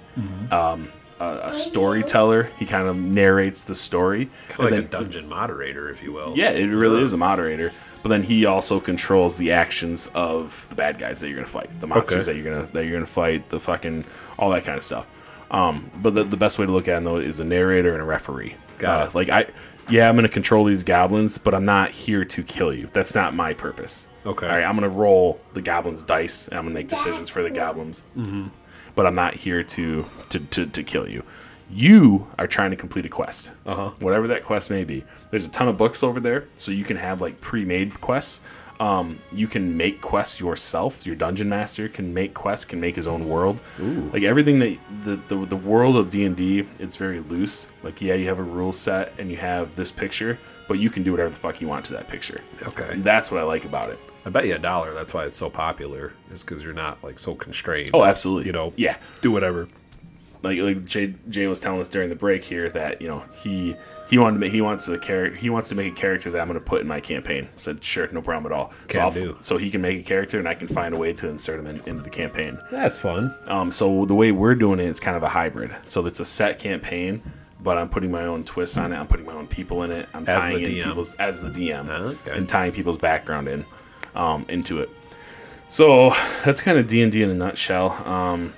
C: Um, a, a storyteller. He kind of narrates the story. and
B: like
C: then-
B: a dungeon moderator, if you will.
C: yeah, it
B: uh,
C: really is a moderator. But then he also controls the actions of the bad guys that you're gonna fight, the monsters
B: Okay.
C: that you're gonna that you're gonna fight, the fucking all that kind of stuff. Um, but the, the best way to look at him though is a narrator and a referee.
B: Got it.
C: Like I, yeah, I'm going to control these goblins, but I'm not here to kill you. That's not my purpose.
B: Okay.
C: All right, I'm going to roll the goblins' dice, and I'm going to make decisions for the goblins. Mm-hmm. But I'm not here to, to, to, to kill you. You are trying to complete a quest,
B: Uh-huh.
C: whatever that quest may be. There's a ton of books over there, so you can have like pre-made quests. Um, you can make quests yourself. Your dungeon master can make quests, can make his own world. Like everything that the, the the world of D and D, it's very loose. Like yeah, you have a rule set and you have this picture, but you can do whatever the fuck you want to that picture.
B: Okay.
C: And that's what I like about it.
B: I bet you a dollar. That's why it's so popular. Is because you're not like so constrained.
C: Oh,
B: It's,
C: absolutely.
B: You know.
C: Yeah.
B: Do whatever.
C: like like Jay, Jay was telling us during the break here that you know he he wanted to make, he wants a character he wants to make a character that I'm going to put in my campaign. I said sure, no problem at all.
B: Can
C: so, I'll-
B: do.
C: so he can make a character and I can find a way to insert him in, into the campaign.
B: That's fun.
C: Um, so the way we're doing it, it's kind of a hybrid. So it's a set campaign, but I'm putting my own twists on it. I'm putting my own people in it. I'm
B: As
C: tying
B: the
C: in
B: DM.
C: people's as the DM
B: Ah, okay.
C: and tying people's background in um, into it. So that's kind of D and D in a nutshell. Um,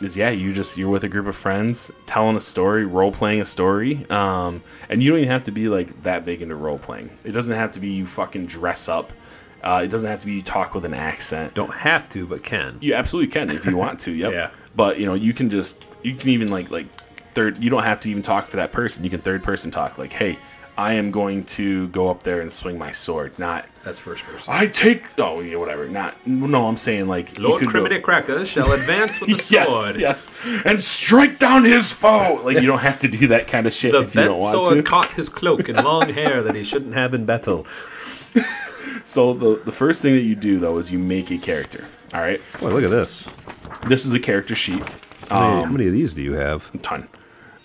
C: is yeah, you just you're with a group of friends telling a story, role playing a story, um, and you don't even have to be like that big into role playing. It doesn't have to be you fucking dress up. Uh, it doesn't have to be you talk with an accent
B: Don't have to, but can.
C: you absolutely can if you want to. Yep.
B: Yeah.
C: But you know, you can just you can even like like third. You don't have to even talk for that person. You can third person talk. Like, hey, I am going to go up there and swing my sword. Not
B: That's first person.
C: I take. Oh yeah, whatever. Not no. I'm saying like you
B: Lord
C: could go-
B: Criminy Cracker shall advance with the sword.
C: Yes, yes, and strike down his foe. Like you don't have to do that kind of shit
B: The
C: if you don't
B: bent
C: want
B: sword
C: to.
B: caught his cloak and long hair that he shouldn't have in battle.
C: so the the first thing that you do though is you make a character. All right,
B: Boy, look at this.
C: this is a character sheet.
B: How
C: Um,
B: many, how many of these do you have?
C: ton.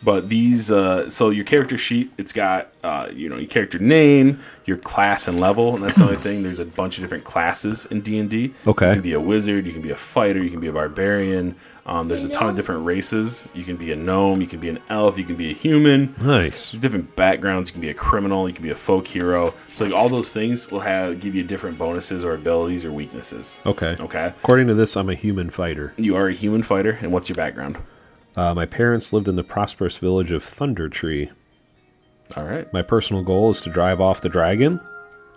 C: But these, uh, so your character sheet, it's got uh, you know your character name, your class and level, and that's the only thing. There's a bunch of different classes in D and D.
B: Okay.
C: you can be a wizard, you can be a fighter, you can be a barbarian. Um, there's a ton of different races. You can be a gnome, you can be an elf, you can be a human.
B: Nice.
C: There's different backgrounds. You can be a criminal, you can be a folk hero. So like, all those things will have give you different bonuses or abilities or weaknesses.
B: Okay.
C: Okay.
B: According to this, I'm a human fighter.
C: You are a human fighter, and what's your background?
B: Uh, my parents lived in the prosperous village of Thunder Tree.
C: All right,
B: My personal goal is to drive off the dragon,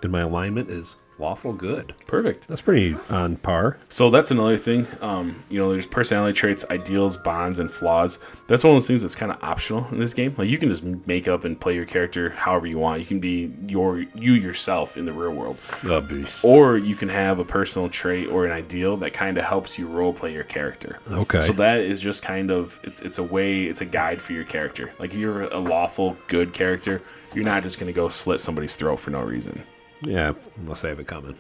B: and my alignment is lawful good.
C: perfect.
B: That's pretty on par.
C: So that's another thing. Um, you know, there's personality traits, ideals, bonds, and flaws. That's one of those things that's kind of optional in this game. Like you can just make up and play your character however you want. You can be your you yourself in the real world, or you can have a personal trait or an ideal that kind of helps you role play your character.
B: Okay.
C: So that is just kind of it's it's a way it's a guide for your character. Like if you're a lawful good character, you're not just gonna go slit somebody's throat for no reason.
B: Yeah, unless they have it coming.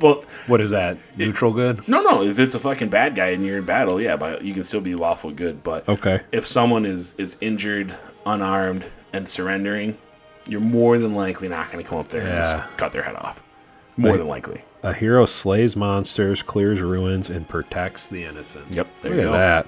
C: Well,
B: What is that? Neutral good?
C: No, no. If it's a fucking bad guy and you're in battle, yeah, but you can still be lawful good. But
B: Okay.
C: if someone is is injured, unarmed, and surrendering, you're more than likely not going to come up there and
B: Yeah.
C: just cut their head off. More
B: Right.
C: than likely.
B: A hero slays monsters, clears ruins, and protects the innocent.
C: Yep, there
B: Look
C: you
B: at
C: go.
B: that.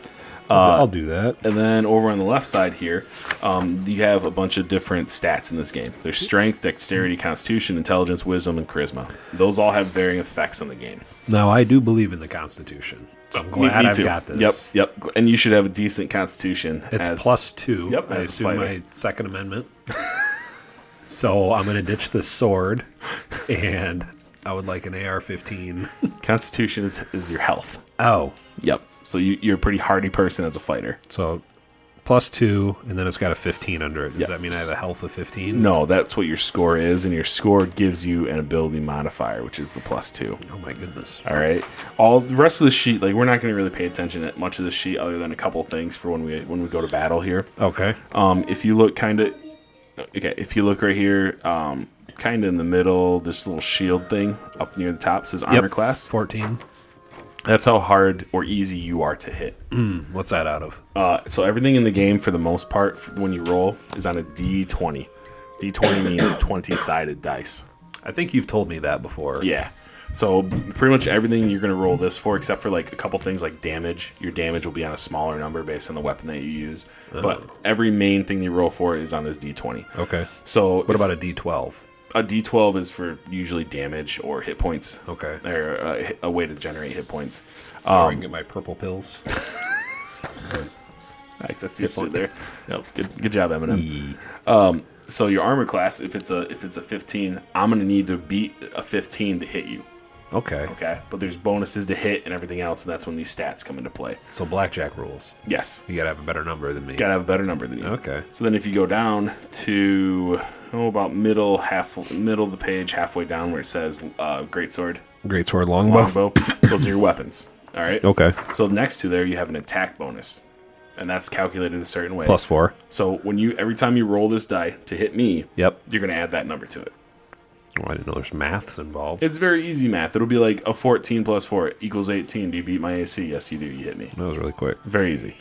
B: I'll- I'll do that.
C: And then over on the left side here, um, you have a bunch of different stats in this game. There's strength, dexterity, constitution, intelligence, wisdom, and charisma. Those all have varying effects on the game.
B: Now, I do believe in the Constitution, so I'm glad I've
C: too.
B: got this.
C: Yep, yep. And you should have a decent constitution.
B: It's
C: as-
B: plus two.
C: Yep,
B: I
C: as a
B: assume
C: fighter.
B: my Second Amendment. so I'm going to ditch this sword, and I would like an AR-15.
C: Constitution is, is your health.
B: Oh,
C: Yep. So you, you're a pretty hardy person as a fighter.
B: so plus two, and then it's got a 15 under it. Does
C: Yep.
B: that mean I have a health of 15?
C: No, that's what your score is, and your score gives you an ability modifier, which is the plus two.
B: Oh my goodness.
C: All right. All the rest of the sheet, like we're not going to really pay attention to much of the sheet, other than a couple things for when we when we go to battle here.
B: Okay.
C: Um, if you look kind of, okay, if you look right here, um, kind of in the middle, this little shield thing up near the top says armor class.
B: 14.
C: That's how hard or easy you are to hit.
B: What's that out of?
C: Uh, so everything in the game, for the most part, f- when you roll, is on a D20. D20 means 20-sided dice.
B: I think you've told me that before.
C: Yeah. So pretty much everything you're gonna roll this for, except for like a couple things like damage. Your damage will be on a smaller number based on the weapon that you use. But every main thing you roll for is on this D20.
B: Oh. Okay.
C: So
B: What about a D12?
C: a D12 is for usually damage or hit points.
B: Okay.
C: Or uh, hi- a way to generate hit points.
B: Where I can get my purple pills.
C: Like, that's usually there. No, good, good job, Eminem. Um, so your armor class, if it's a if it's a 15, I'm gonna need to beat a 15 to hit you.
B: Okay.
C: Okay, but there's bonuses to hit and everything else, and that's when these stats come into play.
B: So blackjack rules.
C: Yes, you
B: You gotta have a better number than me.
C: gotta have a better number than you.
B: Okay.
C: So then, if you go down to oh, about middle half middle of the page, halfway down where it says uh, great sword,
B: Great sword longbow.
C: longbow, those are your weapons. All right.
B: Okay.
C: So next to there, you have an attack bonus, and that's calculated a certain way.
B: Plus four.
C: So when you every time you roll this die to hit me,
B: Yep.
C: you're gonna add that number to it.
B: Oh, I didn't know there's maths involved.
C: It's very easy math. It'll be like a 14 plus four equals 18. Do you beat my AC? Yes, you do. You hit me.
B: That was really quick.
C: Very easy.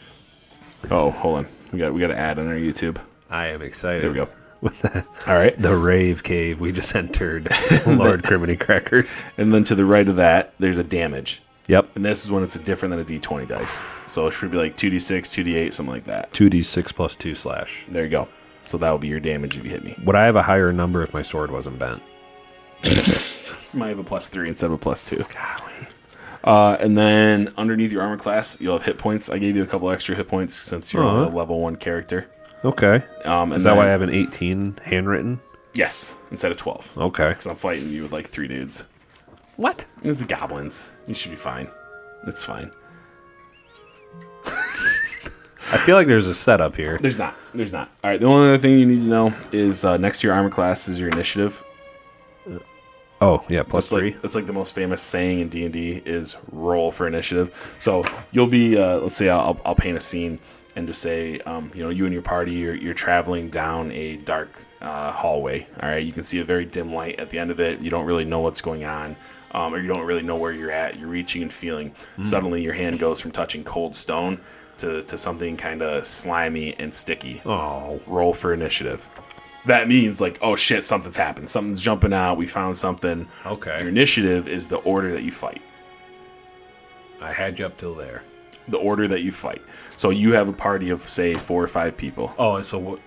C: Oh, hold on. We got we got to add on our YouTube.
B: I am excited.
C: There we go.
B: With the,
C: All right.
B: the rave cave we just entered, Lord Criminy Crackers.
C: And then to the right of that, there's a damage.
B: Yep.
C: And this is when it's a different than a D20 dice. So it should be like 2D6, 2D8, something like that.
B: 2d6 plus 2 slash.
C: There you go. So that will be your damage if you hit me.
B: Would I have a higher number if my sword wasn't bent?
C: Might have a plus three instead of a plus two. Uh, and then underneath your armor class, you'll have hit points. I gave you a couple extra hit points since you're
B: Uh-huh.
C: a level one character.
B: Okay.
C: Um, and
B: Is that why I
C: then-
B: have an 18 handwritten?
C: Yes, instead of 12.
B: Okay.
C: Because I'm fighting you with like three dudes.
B: What?
C: It's the goblins. You should be fine. It's fine.
B: I feel like there's a setup here.
C: There's not. There's not. All right. The only other thing you need to know is uh, next to your armor class is your initiative.
B: Oh, yeah, plus
C: That's
B: three.
C: Like, that's like the most famous saying in D and D is roll for initiative. So you'll be, uh, let's say, I'll, I'll paint a scene and just say, um, you know, you and your party, you're, you're traveling down a dark uh, hallway. All right, you can see a very dim light at the end of it. You don't really know what's going on. Um, or you don't really know where you're at. You're reaching and feeling. Suddenly, your hand goes from touching cold stone to, to something kind of slimy and sticky
B: oh,
C: roll for initiative. That means like, oh shit, something's happened. Something's jumping out. We found something.
B: Okay.
C: Your initiative is the order that you fight.
B: I had you up till there.
C: The order that you fight. So you have a party of say four or five people.
B: Oh, so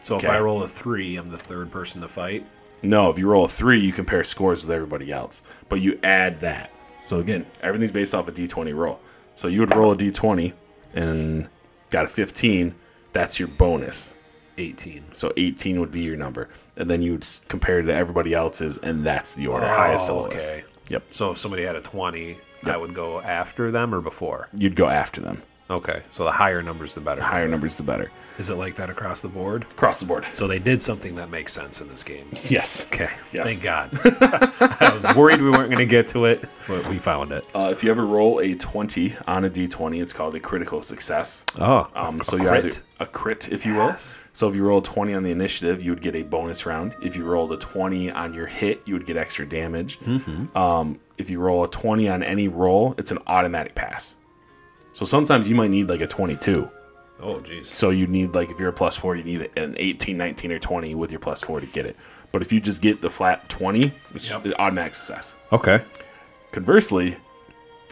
B: so
C: Okay. I
B: roll a three, I'm the third person to fight.
C: No, if you roll a three, you compare scores with everybody else, but you add that. So again, everything's based off a d20 roll. So you would roll a d20 and got a 15. That's your bonus.
B: 18.
C: So 18 would be your number, and then you would s- compare it to everybody else's, and that's the order,
B: Oh,
C: highest to lowest.
B: okay.
C: Yep.
B: So if somebody had a 20, I
C: Yep.
B: would go after them or before.
C: You'd go after them.
B: Okay. So the higher number's the better.
C: higher numbers the better.
B: Is it like that across the board?
C: Across the board.
B: So they did something that makes sense in this game.
C: Yes.
B: Okay.
C: Yes.
B: Thank God. I was worried we weren't going to get to it, but we found it.
C: Uh, if you ever roll a 20 on a d20, it's called a critical success.
B: Oh,
C: Um,
B: a
C: so you
B: crit.
C: either a crit, if you will. So if you roll a 20 on the initiative, you would get a bonus round. If you rolled a 20 on your hit, you would get extra damage.
B: Mm-hmm.
C: Um, if you roll a 20 on any roll, it's an automatic pass. So sometimes you might need like a 22.
B: Oh, jeez.
C: So you need like if you're a plus four, you need an 18, 19, or 20 with your plus four to get it. But if you just get the flat 20, it's
B: Yep.
C: it's automatic success.
B: Okay.
C: Conversely, if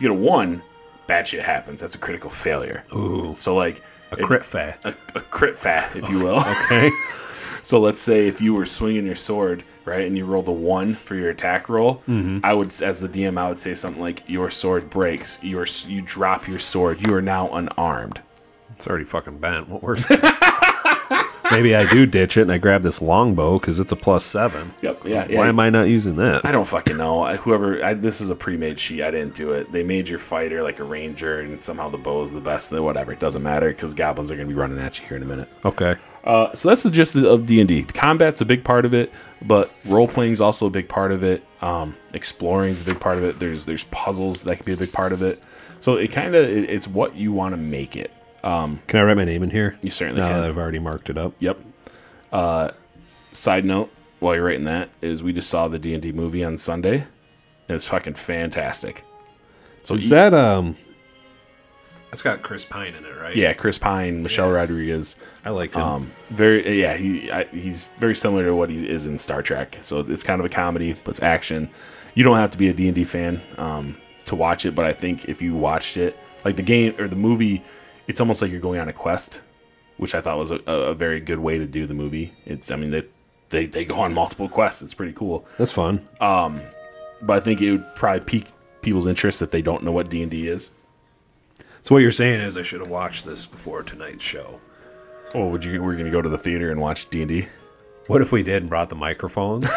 C: you get a one, bad shit happens. That's a critical failure.
B: Ooh,
C: So like
B: a
C: if-
B: crit fail.
C: a, a crit fat, if you will.
B: Okay.
C: so let's say if you were swinging your sword right and you rolled a one for your attack roll,
B: Mm-hmm.
C: I would, as the DM, I would say something like, "Your sword breaks. Your s- you drop your sword. You are now unarmed."
B: It's already fucking bent. What worse? Maybe I do ditch it and I grab this longbow because it's a plus seven.
C: Yep. Yeah.
B: Why am I not using that?
C: I don't fucking know. I, whoever, I, this is a pre-made sheet. I didn't do it. They made your fighter like a ranger, and somehow the bow is the best. Then whatever, it doesn't matter because goblins are gonna be running at you here in a minute.
B: Okay.
C: Uh, so that's the gist of D and D. Combat's a big part of it, but role playing is also a big part of it. Um, exploring is a big part of it. There's there's puzzles that can be a big part of it. So it kind of it, it's what you want to make it.
B: Can I write my name in here?
C: You certainly
B: now
C: can.
B: that I've already marked it up.
C: Yep. Uh, side note, while you're writing that, is we just saw the D and D movie on Sunday. It's fucking fantastic. So e
B: Is that um? It's got Chris Pine in it, right?
C: yeah, Chris Pine, Michelle Rodriguez.
B: I like him.
C: Um, very yeah, he I, he's very similar to what he is in Star Trek. So it's, it's kind of a comedy, but it's action. You don't have to be a D and D fan um, to watch it, but I think if you watched it, like the game or the movie, it's almost like you're going on a quest, which I thought was a, a a very good way to do the movie. It's I mean they they, they go on multiple quests. It's pretty cool
B: That's fun.
C: but I think it would probably pique people's interest if they don't know what D and D is.
B: So what you're saying is I should have watched this before tonight's show.
C: Oh, would you? We're gonna go to the theater and watch D and D.
B: What if we did and brought the microphones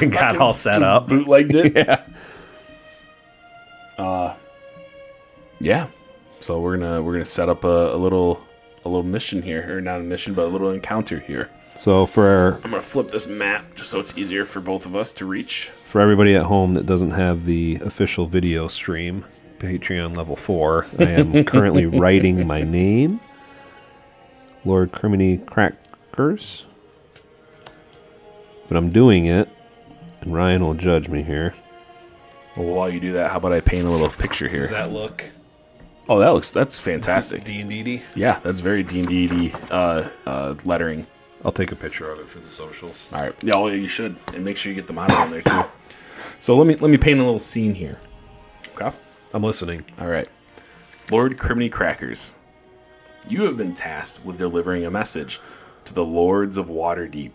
B: and got all set up?
C: Bootlegged it. Uh. yeah. Uh, yeah. So we're gonna we're gonna set up a, a little a little mission here, or not a mission, but a little encounter here.
B: So for our
C: I'm gonna flip this map just so it's easier for both of us to reach.
B: for everybody at home that doesn't have the official video stream, Patreon level four, I am currently writing my name, Lord Criminy Crackers. But I'm doing it, and Ryan will judge me here.
C: Well, while you do that, how about I paint a little picture here?
B: that look
C: oh, that looks that's fantastic.
B: D and D?
C: Yeah, that's very D and D uh, uh, lettering.
B: I'll take a picture of it for the socials.
C: All right. Yeah, well, you should, and make sure you get the model on there too. So let me let me paint a little scene here. Okay.
B: I'm listening.
C: All right. Lord Criminy Crackers, you have been tasked with delivering a message to the lords of Waterdeep.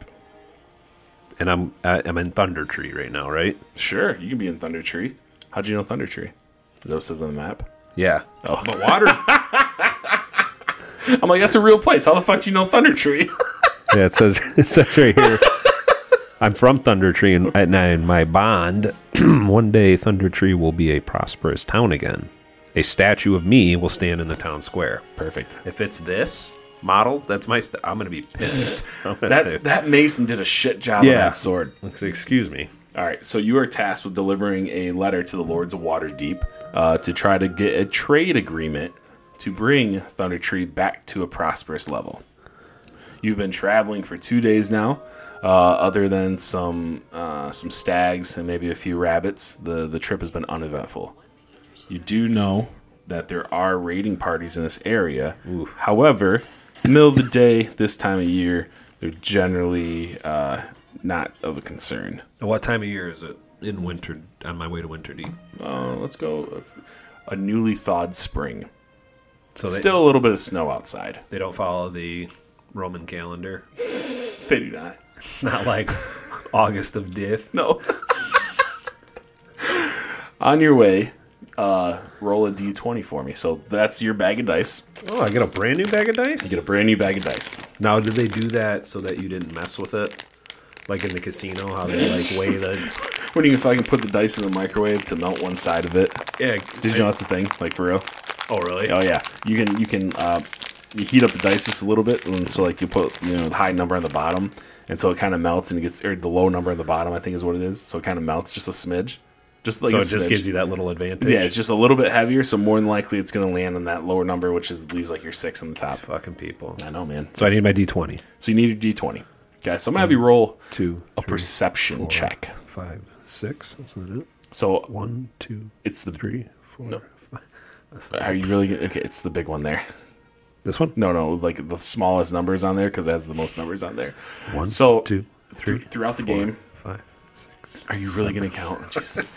B: And I'm I- I'm in Thunder Tree right now, right?
C: Sure, you can be in Thunder Tree. How'd you know Thunder Tree? Is that what it says on the map?
B: Yeah.
C: Oh.
B: But water
C: I'm like, that's a real place. How the fuck do you know Thunder Tree?
B: Yeah, it says it says right here. I'm from Thunder Tree, and, and I- and my bond. one day, Thunder Tree will be a prosperous town again. A statue of me will stand in the town square.
C: Perfect.
B: If it's this model, that's my. St- I'm gonna be pissed. I'm gonna
C: That's
B: say-
C: that Mason did a shit job on
B: Yeah.
C: that sword.
B: Ex- Excuse me.
C: All right, so you are tasked with delivering a letter to the Lords of Waterdeep uh, to try to get a trade agreement to bring Thunder Tree back to a prosperous level. You've been traveling for two days now, uh, other than some uh, some stags and maybe a few rabbits. The the trip has been uneventful. You do know that there are raiding parties in this area. However, middle of the day, this time of year, they're generally uh, not of a concern.
B: What time of year is it? In winter, on my way to Winter Deep.
C: Uh, let's go a newly thawed spring.
B: So
C: Still a little bit of snow outside.
B: they don't follow the Roman calendar.
C: They do not.
B: It's not like August of Diff.
C: No. On your way, uh, roll a d20 for me. So that's your bag of dice.
B: Oh, I got a brand new bag of dice.
C: Get a brand new bag of dice.
B: Now, did they do that so that you didn't mess with it? Like in the casino, how they like weigh the.
C: When you can fucking put the dice in the microwave to melt one side of it.
B: Yeah.
C: Did you know that's a thing? Like for real?
B: Oh, really?
C: Oh yeah. You can you can uh, you heat up the dice just a little bit, and so like you put you know the high number on the bottom, and so it kind of melts and it gets or the low number on the bottom. I think is what it is. So it kind of melts just a smidge. Just like
B: so
C: a
B: it just
C: smidge.
B: gives you that little advantage.
C: Yeah, it's just a little bit heavier, so more than likely it's going to land on that lower number, which is leaves like your six on the top.
B: fucking people.
C: I know, man.
B: So I need my d20.
C: So you need your d20. Okay, so I'm gonna
B: Mm.
C: have you roll
B: Two,
C: a perception check.
B: Five, six. That's not it.
C: So
B: One, two,
C: it's the
B: three, four.
C: Are you really gonna- okay? It's the big one there.
B: This one?
C: No, no, like the smallest numbers on there because it has the most numbers on there.
B: One,
C: so
B: two, three,
C: th- throughout the game,
B: five, six.
C: Are you really gonna count? Jesus.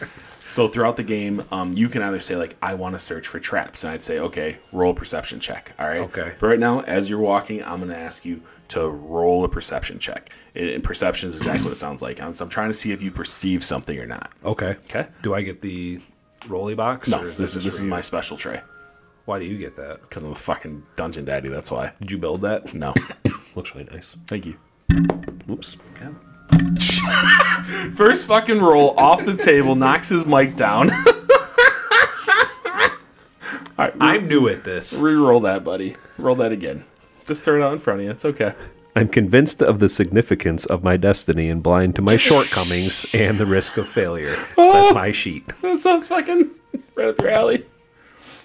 C: so throughout the game, um, you can either say like, "I want to search for traps," and I'd say, "Okay, roll a perception check." All right.
B: Okay.
C: But right now, as you're walking, I'm gonna ask you to roll a perception check. And, and perception is exactly what it sounds like. I'm, so I'm trying to see if you perceive something or not.
B: Okay.
C: Okay.
B: Do I get the rolly box?
C: No,
B: or
C: this,
B: that
C: is
B: just
C: this
B: for
C: is
B: you?
C: my special tray
B: Why do you get that?
C: because I'm a fucking dungeon daddy. That's why.
B: Did you build that?
C: No.
B: Looks really nice.
C: Thank you.
B: Oops.
C: First fucking roll off the table knocks his mic down. All right,
B: I'm new at this.
C: Reroll that, buddy. Roll that again. Just throw it out in front of you. It's okay.
B: I'm convinced of the significance of my destiny and blind to my shortcomings and the risk of failure. Says my sheet.
C: That sounds fucking right up your alley.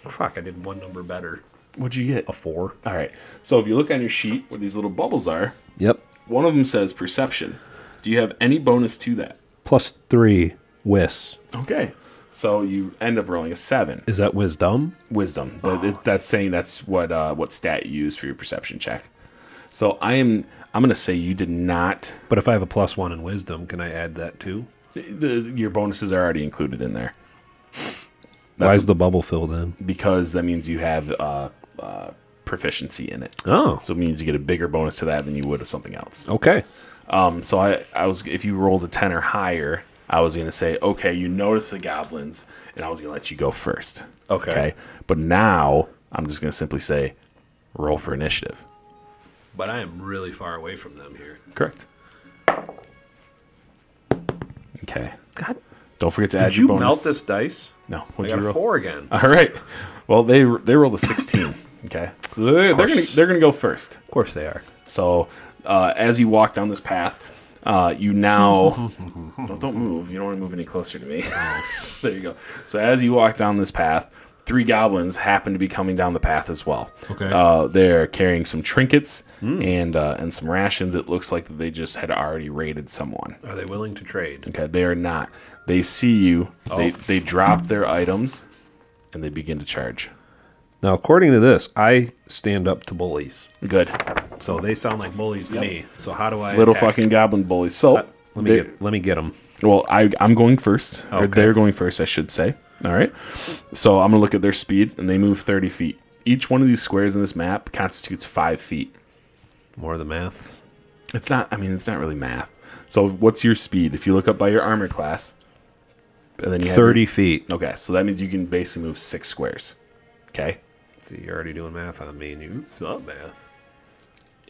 B: Fuck, I did one number better.
C: What'd you get?
B: A four.
C: All right. So if you look on your sheet where these little bubbles are,
B: Yep.
C: one of them says perception. Do you have any bonus to that?
B: Plus three. Wis.
C: Okay. So you end up rolling a seven.
B: Is that wisdom?
C: Wisdom. That- that- that's saying that's what uh, what stat you use for your perception check. So I am. I'm gonna say you did not.
B: But if I have a plus one in wisdom, can I add that too?
C: The, your bonuses are already included in there.
B: Why is the bubble filled in?
C: because that means you have uh, uh, proficiency in it.
B: Oh.
C: So it means you get a bigger bonus to that than you would to something else.
B: Okay.
C: Um, so I, I was if you rolled a ten or higher, I was going to say, okay, you notice the goblins, and I was going to let you go first.
B: Okay.
C: But now I'm just going to simply say, roll for initiative.
B: But I am really far away from them here.
C: Correct. Okay.
B: God,
C: Don't forget to add
B: did
C: your
B: you
C: bonus.
B: melt this dice?
C: No.
B: I
C: What'd
B: got
C: you
B: a
C: roll?
B: four again.
C: All right. Well, they they rolled a 16. okay. So they're, they're gonna they're gonna go first.
B: Of course they are.
C: So uh, as you walk down this path, uh, you now no, don't move. You don't want to move any closer to me. there you go. So as you walk down this path, three goblins happen to be coming down the path as well.
B: Okay. Hmm.
C: Uh, they're carrying some trinkets and uh, and some rations. It looks like that they just had already raided someone.
B: Are they willing to trade?
C: Okay, they are not. They see you.
B: Oh.
C: They they drop their items, and they begin to charge.
B: Now, according to this, I stand up to bullies.
C: Good.
B: So they sound like bullies to me. So how do I
C: Little
B: attack?
C: fucking goblin bullies. So
B: Uh, Let me
C: they-
B: get let me get them.
C: Well, I I'm going first. Or
B: Okay.
C: they're going first, I should say. All right. So I'm gonna look at their speed, and they move 30 feet. Each one of these squares in this map constitutes five feet.
B: More of the maths.
C: It's not. I mean, it's not really math. So what's your speed? If you look up by your armor class, and then you have your-
B: Thirty feet.
C: okay, so that means you can basically move six squares. Okay.
B: See, you're already doing math on me, and you suck math.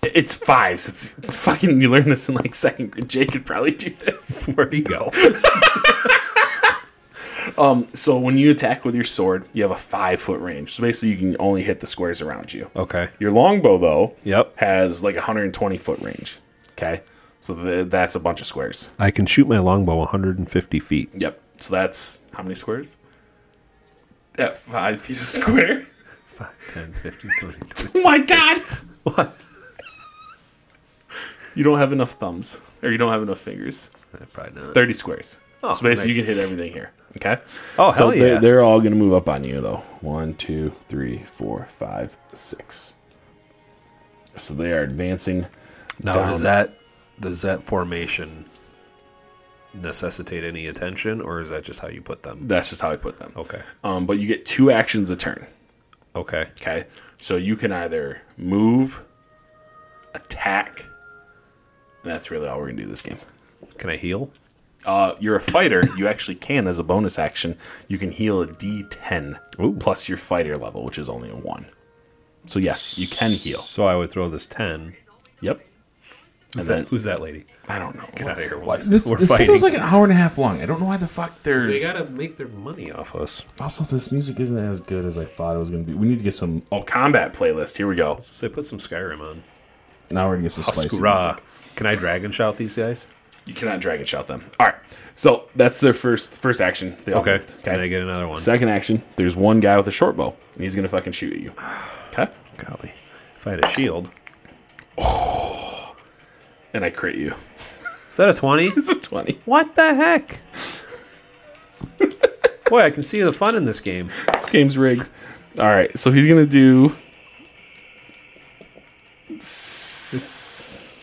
C: It's fives. It's fucking. You learn this in like second grade. Jake could probably do this.
B: Where'd he go?
C: Um, So when you attack with your sword, you have a five foot range. So basically, you can only hit the squares around you.
B: okay.
C: Your longbow though,
B: Yep.
C: has like a 120 foot range. Okay, so th- that's a bunch of squares.
B: I can shoot my longbow 150 feet.
C: Yep. So that's how many squares? At five feet a square.
B: 5, 10, 15, 20, 20.
C: oh my god! What? You don't have enough thumbs, or you don't have enough fingers.
B: Probably not.
C: 30 squares.
B: Oh,
C: so basically,
B: nice.
C: you can hit everything here. Okay.
B: Oh,
C: so
B: hell
C: they're,
B: yeah.
C: they're all gonna move up on you though. One, two, three, four, five, six. So they are advancing.
B: Now,
C: down.
B: does that does that formation necessitate any attention, or is that just how you put them?
C: That's just how I put them.
B: Okay.
C: Um, but you get two actions a turn.
B: Okay.
C: Okay. So you can either move, attack, and that's really all we're going to do this game.
B: Can I heal?
C: Uh, you're a fighter. You actually can, as a bonus action, you can heal a d10
B: Ooh.
C: plus your fighter level, which is only a 1. So, yes, you can heal.
B: So I would throw this 10.
C: Yep.
B: Who's
C: And
B: that? Who's that lady?
C: I don't know.
B: Get out of here.
E: This,
B: We're
E: this thing
B: fighting.
E: was like an hour and a half long. I don't know why the fuck there's.
B: they gotta make their money off us.
E: Also, this music isn't as good as I thought it was gonna be. We need to get some.
C: Oh, combat playlist. Here we go.
B: So I put some Skyrim on.
E: Now we're gonna get some spicy.
B: Skura.
E: music.
B: Can I dragon shout these guys?
C: You cannot dragon shout them. All right. So, that's their first first action. They all
B: Okay.
C: moved.
B: Can I get another one?
C: Second action, there's one guy with a short bow, and he's gonna fucking shoot at you. Okay?
B: Golly. If I had a shield.
C: And I crit you.
B: Is that a 20?
C: It's a 20.
B: What the heck? Boy, I can see the fun in this game.
C: This game's rigged. Alright, so he's gonna do.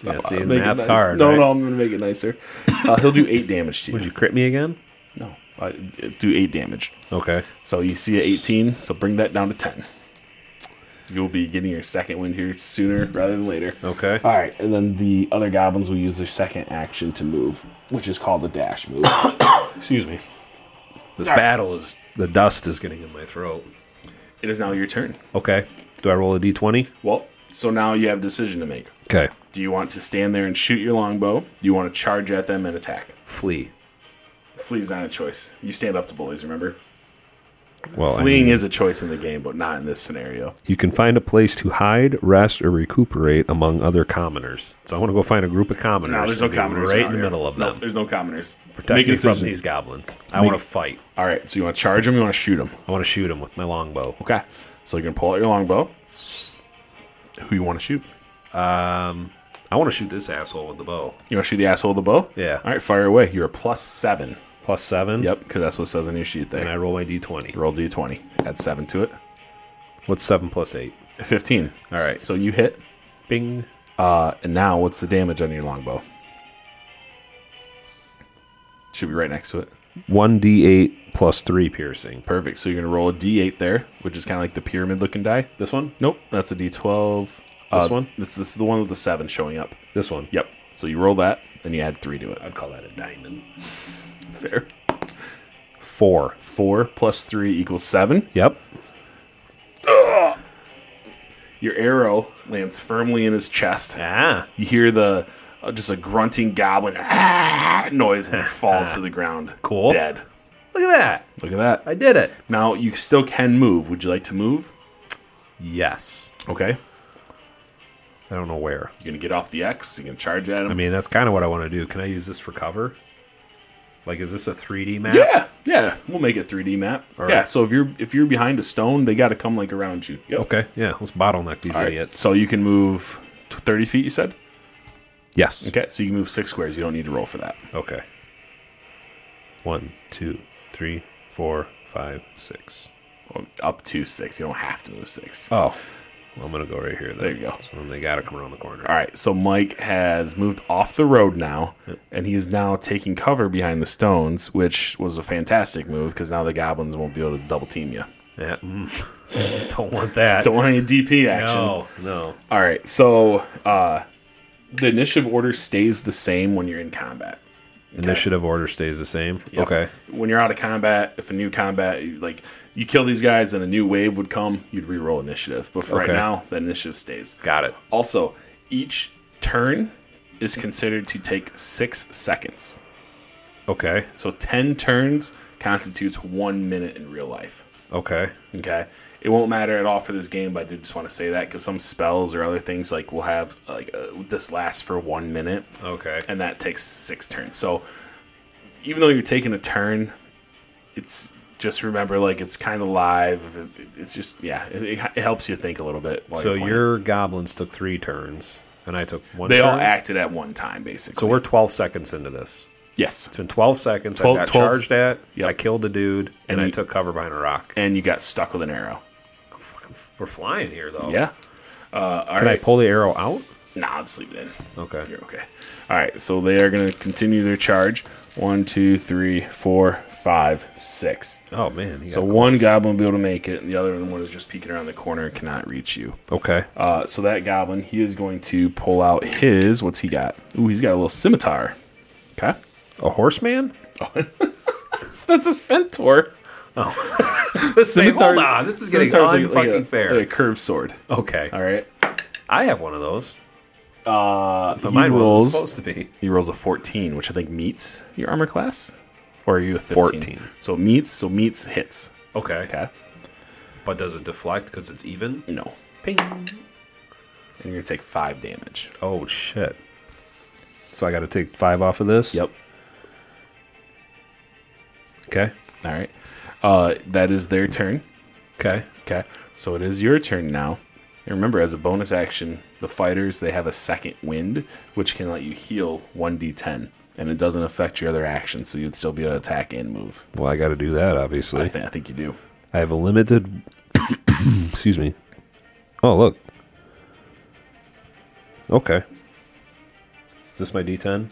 B: Yeah, see,
C: Make it
B: math's
C: nice.
B: hard.
C: No,
B: right?
C: no, I'm gonna make it nicer. Uh, he'll do eight damage to you.
B: Would you crit me again?
C: No, I, do eight damage.
B: Okay.
C: So you see a 18, so bring that down to 10. You'll be getting your second win here sooner rather than later.
B: Okay.
C: All right, and then the other goblins will use their second action to move, which is called the dash move.
B: Excuse me. This battle is the dust is getting in my throat.
C: it is now your turn.
B: Okay. Do I roll a d20?
C: Well, so now you have a decision to make.
B: Okay.
C: Do you want to stand there and shoot your longbow? Do you want to charge at them and attack?
B: Flee.
C: Flee's not a choice. You stand up to bullies, remember?
B: Well, I
C: Fleeing
B: mean,
C: is a choice in the game, but not in this scenario.
B: you can find a place to hide, rest, or recuperate among other commoners. So I want to go find a group of commoners.
C: No, there's no
B: and be
C: commoners.
B: Right in
C: around
B: the
C: here.
B: middle of
C: No,
B: them.
C: There's no commoners.
B: Protect
C: Make a
B: me from
C: decision.
B: these goblins. I want to fight.
C: All right, so you want to charge them? You want to shoot them?
B: I want to shoot them with my longbow.
C: Okay. So you're gonna pull out your longbow. Who you want to shoot?
B: I want to shoot this asshole with the bow.
C: You want to shoot the asshole with the bow?
B: Yeah.
C: All right, fire away. You're a plus seven.
B: Plus seven.
C: Yep, because that's what it says on your sheet
B: And I
C: there.
B: roll my d20.
C: Roll d20. Add seven to it.
B: What's seven plus eight?
C: Fifteen. All right. So you hit.
B: Bing.
C: Uh, and now what's the damage on your longbow? Should be right next to it.
B: One d8 plus three piercing.
C: Perfect. So you're gonna roll a d8 there, which is kind of like the pyramid looking die.
B: This one.
C: Nope, that's a d12.
B: This one?
C: This, this is the one with the seven showing up.
B: This one.
C: Yep. So you roll that, and you add three to it.
B: I'd call that a diamond.
C: Fair.
B: Four.
C: Four plus three equals seven.
B: Yep.
C: Your arrow lands firmly in his chest.
B: Ah.
C: You hear the uh, just a grunting goblin "Ah!" noise and it falls to the ground.
B: Cool.
C: Dead.
B: Look at that.
C: Look at that.
B: I did it.
C: Now you still can move. Would you like to move?
B: Yes.
C: Okay.
B: I don't know where.
C: You're gonna get off the X. You're gonna charge at him.
B: I mean, that's kind of what I want to do. Can I use this for cover? Like, is this a 3D map?
C: yeah, yeah. We'll make it 3D map.
B: All
C: Yeah.
B: right.
C: So if you're if you're behind a stone, they got to come like around you. Yep.
B: Okay. Yeah. Let's bottleneck these
C: All right.
B: idiots.
C: So you can move t- 30 feet. You said.
B: Yes.
C: Okay. So you can move six squares. You don't need to roll for that.
B: Okay. One, two, three, four, five, six.
C: Well, up to six. You don't have to move six.
B: Oh. Well, I'm going to go right here. Then.
C: There you go.
B: So then they got to come around the corner.
C: All right, so Mike has moved off the road now, and he is now taking cover behind the stones, which was a fantastic move because now the goblins won't be able to double team you.
B: Yeah, mm. Don't want that.
C: Don't want any DP action.
B: no, no.
C: All right, so uh, the initiative order stays the same when you're in combat.
B: Initiative order stays the same. Okay.
C: When you're out of combat, if a new combat, you- like you kill these guys and a new wave would come, you'd reroll initiative. But for
B: Okay.
C: right now, the initiative stays.
B: Got it.
C: Also, each turn is considered to take six seconds.
B: Okay.
C: So 10 turns constitutes one minute in real life.
B: Okay.
C: Okay. It won't matter at all for this game, but I did just want to say that because some spells or other things like will have like uh, this lasts for one minute,
B: Okay.
C: and that takes six turns. So even though you're taking a turn, it's just remember like it's kind of live. It- It's just yeah, it, it it helps you think a little bit. while
B: So
C: you're playing.
B: your goblins took three turns, and I took one.
C: they all
B: turn?
C: acted at one time basically.
B: So we're 12 seconds into this.
C: yes,
B: It's been 12 seconds.
C: 12
B: I got
C: 12
B: charged at.
C: Yep.
B: I killed the dude, and,
C: And
B: I
C: you-
B: took cover behind a rock.
C: and you got stuck with an arrow.
B: We're flying here, though.
C: Yeah. Uh, all
B: Can I
C: right.
B: pull the arrow out?
C: Nah, I'd sleep it in.
B: Okay.
C: You're okay. All right, so they are going to continue their charge. One, two, three, four, five, six.
B: Oh man. he
C: So
B: got
C: one
B: close.
C: goblin will be able to make it, and the other one is just peeking around the corner and cannot reach you.
B: Okay.
C: Uh, so that goblin, he is going to pull out his. What's he got? Ooh, he's got a little scimitar. Okay.
B: A horseman?
C: So that's a centaur.
B: Hold on. This is getting
C: centaur's
B: unfucking
C: like- like a-
B: fair.
C: Like a curved sword.
B: okay.
C: All right.
B: I have one of those.
C: Uh,
B: But
C: he
B: mine
C: rolls-
B: wasn't supposed to be.
C: He rolls a 14, which I think meets your armor class. Or are you a 15?
B: 14.
C: So meets, so meets hits.
B: Okay.
C: Okay.
B: But does it deflect because it's even?
C: No.
B: Ping.
C: And you're going to take five damage.
B: Oh shit. So I got to take five off of this. Okay.
C: All right. Uh, that is their turn.
B: Okay.
C: Okay. So it is your turn now. And remember, as a bonus action, the fighters, they have a second wind, which can let you heal 1d10. And it doesn't affect your other actions, so you'd still be able to attack and move.
B: Well, I got to do that,
C: I,
B: obviously.
C: thi- I think you do.
B: I have a limited. excuse me. Oh, look. Okay. Is this my D10?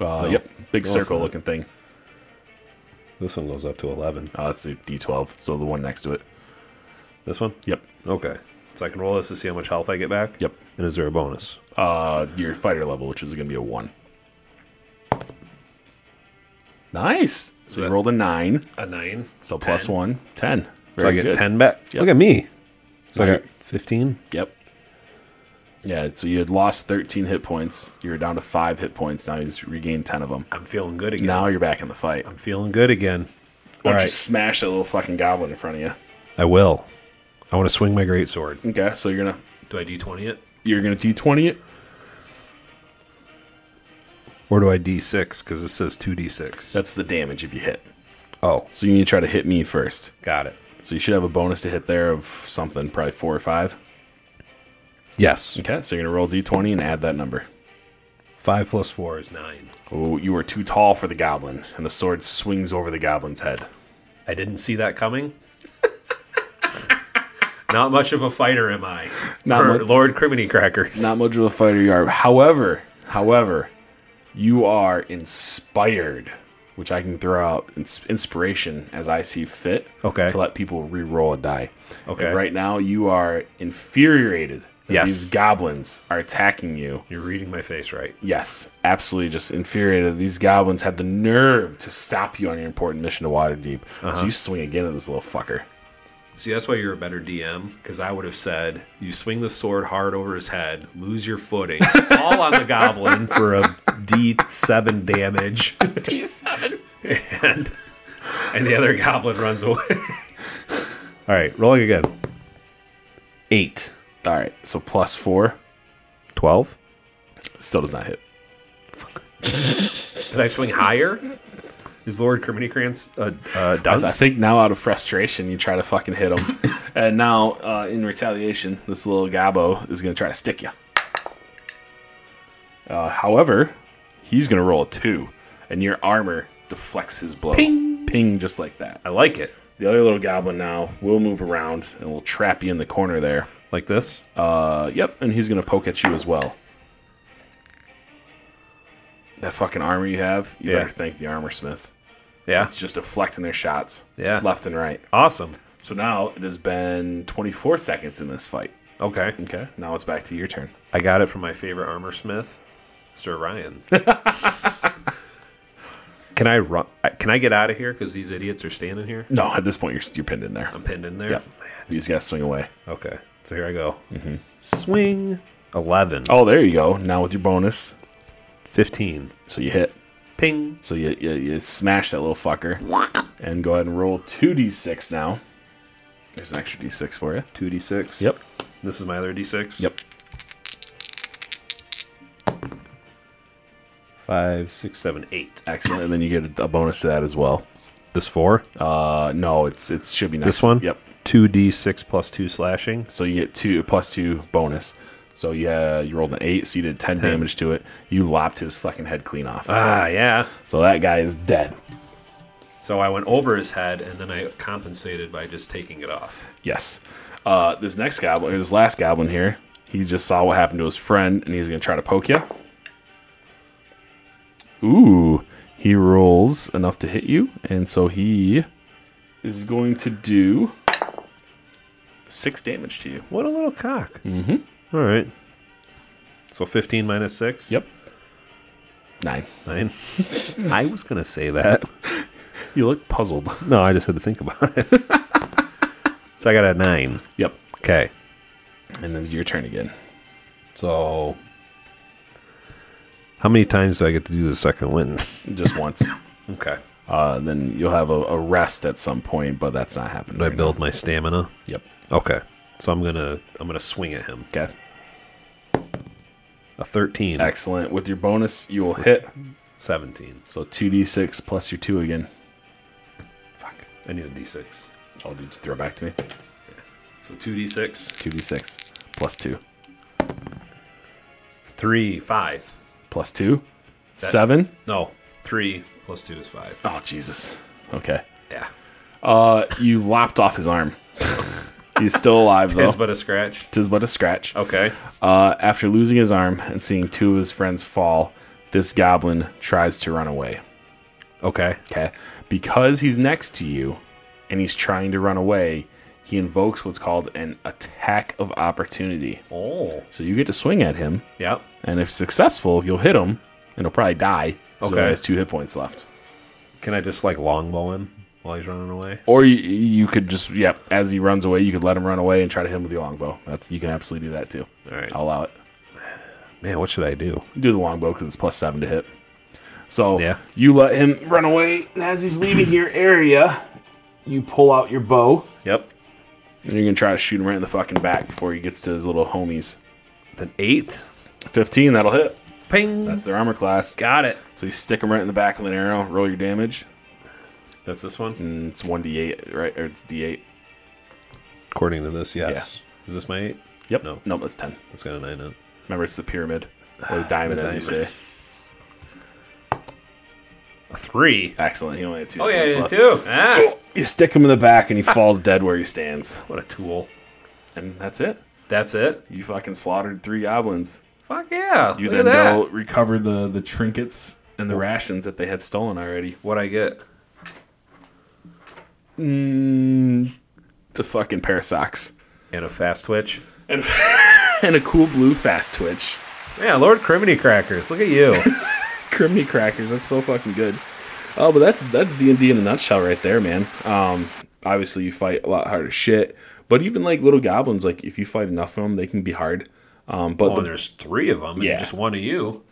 C: Uh,
B: No.
C: Yep. Big
B: No, it's
C: circle
B: not.
C: looking thing.
B: This one goes up to 11.
C: Uh, that's a d12, so the one next to it.
B: This one?
C: Yep.
B: Okay. So I can roll this to see how much health I get back?
C: Yep.
B: And is there a bonus?
C: uh, your fighter level, which is going to be a one. Nice. So you
B: that-
C: rolled a nine.
B: A 9.
C: So plus one, ten.
B: So I
C: Very
B: get
C: good.
B: 10 back.
C: Yep.
B: Look at me. So I
C: Now
B: got 15.
C: Yep. Yeah. So you had lost thirteen hit points. You were down to five hit points. Now you just regained ten of them.
B: I'm feeling good again.
C: Now you're back in the fight.
B: I'm feeling good again. All
C: Or
B: right.
C: just smash that little fucking goblin in front of you.
B: I will. I want to swing my greatsword.
C: Okay. So you're gonna
B: Do I D20 it?
C: you're gonna d twenty it.
B: Or do I D6? Because this says 2D6.
C: That's the damage if you hit.
B: Oh,
C: So you need to try to hit me first.
B: got it.
C: So you should have a bonus to hit there of something, probably four or five.
B: Yes.
C: Okay, so you're gonna roll d20 and add that number.
B: 5 plus 4 is 9.
C: Oh, you are too tall for the goblin, and the sword swings over the goblin's head.
B: I didn't see that coming. Not much of a fighter am I.
C: Not
B: For
C: mu-
B: Lord Criminy Crackers.
C: Not much of a fighter you are. However, however, you are inspired, which I can throw out ins- inspiration as I see fit.
B: Okay.
C: To let people re-roll a die.
B: Okay.
C: And right now, you are infuriated that
B: Yes.
C: these goblins are attacking you.
B: You're reading my face right.
C: Yes, absolutely just infuriated. These goblins had the nerve to stop you on your important mission to Waterdeep.
B: Uh-huh.
C: So you swing again at this little fucker.
B: See, that's why you're a better DM because I would have said you swing the sword hard over his head, lose your footing, fall on the goblin for a D7 damage. D7. And, and the other goblin runs away. All right, rolling again. Eight.
C: All right, so plus four
B: Twelve.
C: still does not hit.
B: Did I swing higher? Is Lord Kerminicrans uh, uh, dunce?
C: I think now out of frustration, you try to fucking hit him, and now uh, in retaliation, this little gobbo is gonna try to stick you. Uh, however, he's gonna roll a two, and your armor deflects his blow. Ping, ping, just like that.
B: I like it.
C: The other little goblin now will move around and will trap you in the corner there.
B: Like this.
C: Uh, yep, and he's gonna poke at you as well. That fucking armor you have, you
B: Yeah.
C: better thank the armor smith.
B: yeah.
C: It's just deflecting their shots,
B: Yeah.
C: left and right.
B: Awesome.
C: So now it has been 24 seconds in this fight.
B: Okay.
C: Okay, now it's back to your turn.
B: I got it from my favorite armor smith, Sir Ryan. can I run? Can I get out of here? Because these idiots are standing here.
C: No, at this point you're you're pinned in there.
B: I'm pinned in there.
C: Yep. You just gotta swing away.
B: Okay, so here I go.
C: Mm-hmm.
B: Swing. 11.
C: Oh, there you go. Now with your bonus,
B: 15.
C: so you hit.
B: Ping.
C: So you you, you smash that little fucker, and go ahead and roll two d6 now. There's an extra d6 for you.
B: 2d6. This is my other d6.
C: Yep.
B: 5, 6, 7, 8.
C: Excellent. And then you get a bonus to that as well.
B: This 4?
C: Uh, no, it's it should be next.
B: this one?
C: Yep.
B: 2d6 plus 2 slashing.
C: So you get two plus two bonus. So yeah, you rolled an eight, so you did ten, damage to it. You lopped his fucking head clean off.
B: Ah, yeah.
C: So that guy is dead.
B: So I went over his head and then I compensated by just taking it off.
C: Yes. Uh, this next goblin, or this last goblin here, he just saw what happened to his friend, and he's gonna try to poke you. Ooh, he rolls enough to hit you, and so he is going to do six damage to you.
B: What a little cock. Mm hmm. All right. So 15 minus 6?
C: Mm-hmm. Yep. Nine.
B: 9. I was going to say that.
C: You look puzzled.
B: No, I just had to think about it. so I got a 9.
C: yep.
B: Okay.
C: And it's your turn again.
B: So. How many times do I get to do the second win?
C: Just once.
B: Okay.
C: Uh, then you'll have a, a rest at some point, but that's not happening.
B: Do I
C: right
B: build my stamina?
C: now. Yep.
B: Okay. So I'm gonna I'm gonna swing at him.
C: Okay.
B: A 13,
C: Excellent. With your bonus, you will hit.
B: 17.
C: So 2d6 plus your 2 again. Fuck.
B: I need a d6.
C: Oh, did you throw it back to me?
B: So 2d6,
C: 2d6 plus 2.
B: 3, 5.
C: Plus 2? 7?
B: No, 3 plus 2 is 5.
C: Oh, Jesus. Okay.
B: Yeah.
C: Uh, you lopped off his arm. He's still alive, though.
B: Is but a scratch.
C: Tis but a scratch.
B: Okay.
C: Uh, after losing his arm and seeing two of his friends fall, this goblin tries to run away.
B: Okay.
C: Okay. Because he's next to you and he's trying to run away, he invokes what's called an attack of opportunity.
B: Oh.
C: So you get to swing at him,
B: Yep.
C: and if successful, you'll hit him and he'll probably die. So he
B: Okay.
C: has two hit points left.
B: Can I just like longbow him while he's running away?
C: Or you, you could just, yep, as he runs away, you could let him run away and try to hit him with the longbow. That's You can absolutely do that too.
B: All right.
C: I'll allow it.
B: Man, what should I do?
C: do the longbow because it's plus seven to hit. So
B: Yeah.
C: you let him run away. and As he's leaving your area, you pull out your bow.
B: Yep.
C: And you're gonna try to shoot him right in the fucking back before he gets to his little homies.
B: Then 8.
C: Fifteen, that'll hit.
B: Ping.
C: That's their armor class.
B: Got it.
C: So you stick him right in the back with an arrow. Roll your damage.
B: That's this one?
C: And it's one d8, right? Or it's d8.
B: According to this, yes. Is this my 8?
C: Yep.
B: No.
C: No, that's ten.
B: It's got a 9 on it.
C: Remember, it's the pyramid or the diamond,
B: The
C: as you
B: diamond.
C: say.
B: A 3.
C: Excellent. He only had two.
B: Oh, yeah, I
C: points
B: did
C: left.
B: too. Ah.
C: You stick him in the back, and he falls dead where he stands.
B: What a tool.
C: And that's it.
B: That's it.
C: You fucking slaughtered three goblins.
B: Fuck yeah.
C: You
B: Look at
C: then
B: that.
C: go recover the the trinkets and the rations that they had stolen already.
B: What I get? Mm.
C: The fucking pair of socks.
B: And a fast twitch.
C: and a cool blue fast twitch.
B: Yeah, Lord Criminy Crackers. Look at you.
C: Criminy crackers. That's so fucking good. Oh, but that's that's D and D in a nutshell right there, man. Um, obviously you fight a lot harder shit, but even like little goblins, like if you fight enough of them, they can be hard. Um, but
B: oh,
C: the,
B: there's three of them.
C: Yeah.
B: And just one of you.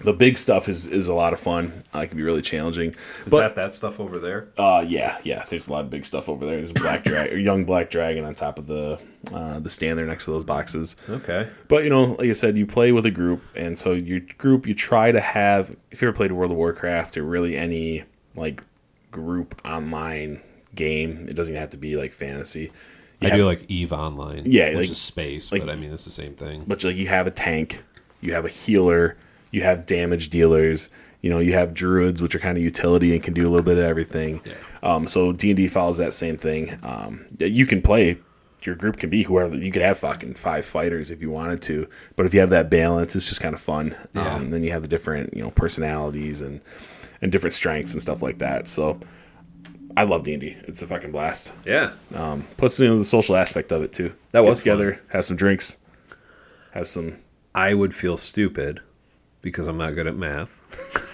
C: the big stuff is is a lot of fun. Uh, it can be really challenging.
B: Is
C: but
B: that that stuff over there?
C: Uh, yeah, yeah. There's a lot of big stuff over there. There's a black dragon, or young black dragon, on top of the uh, the stand there next to those boxes.
B: Okay.
C: But you know, like I said, you play with a group, and so your group, you try to have. If you ever played World of Warcraft or really any like group online game, it doesn't have to be like fantasy.
B: I
C: You have-
B: do like Eve Online.
C: Yeah,
B: which
C: like-
B: is space,
C: like-
B: but I mean it's the same thing.
C: but like you have a tank, you have a healer, you have damage dealers. You know, you have druids, which are kind of utility and can do a little bit of everything. Um, so D and D follows that same thing. Um, yeah, you can play. Your group can be whoever you could have fucking five fighters if you wanted to, but if you have that balance, it's just kind of fun.
B: Yeah.
C: Um, then you have the different you know personalities and and different strengths and stuff like that. So I love D and D. It's a fucking blast.
B: Yeah.
C: Um, plus, you know, the social aspect of it too.
B: That
C: Get
B: was fun.
C: together, have some drinks, have some
B: I would feel stupid because I'm not good at math.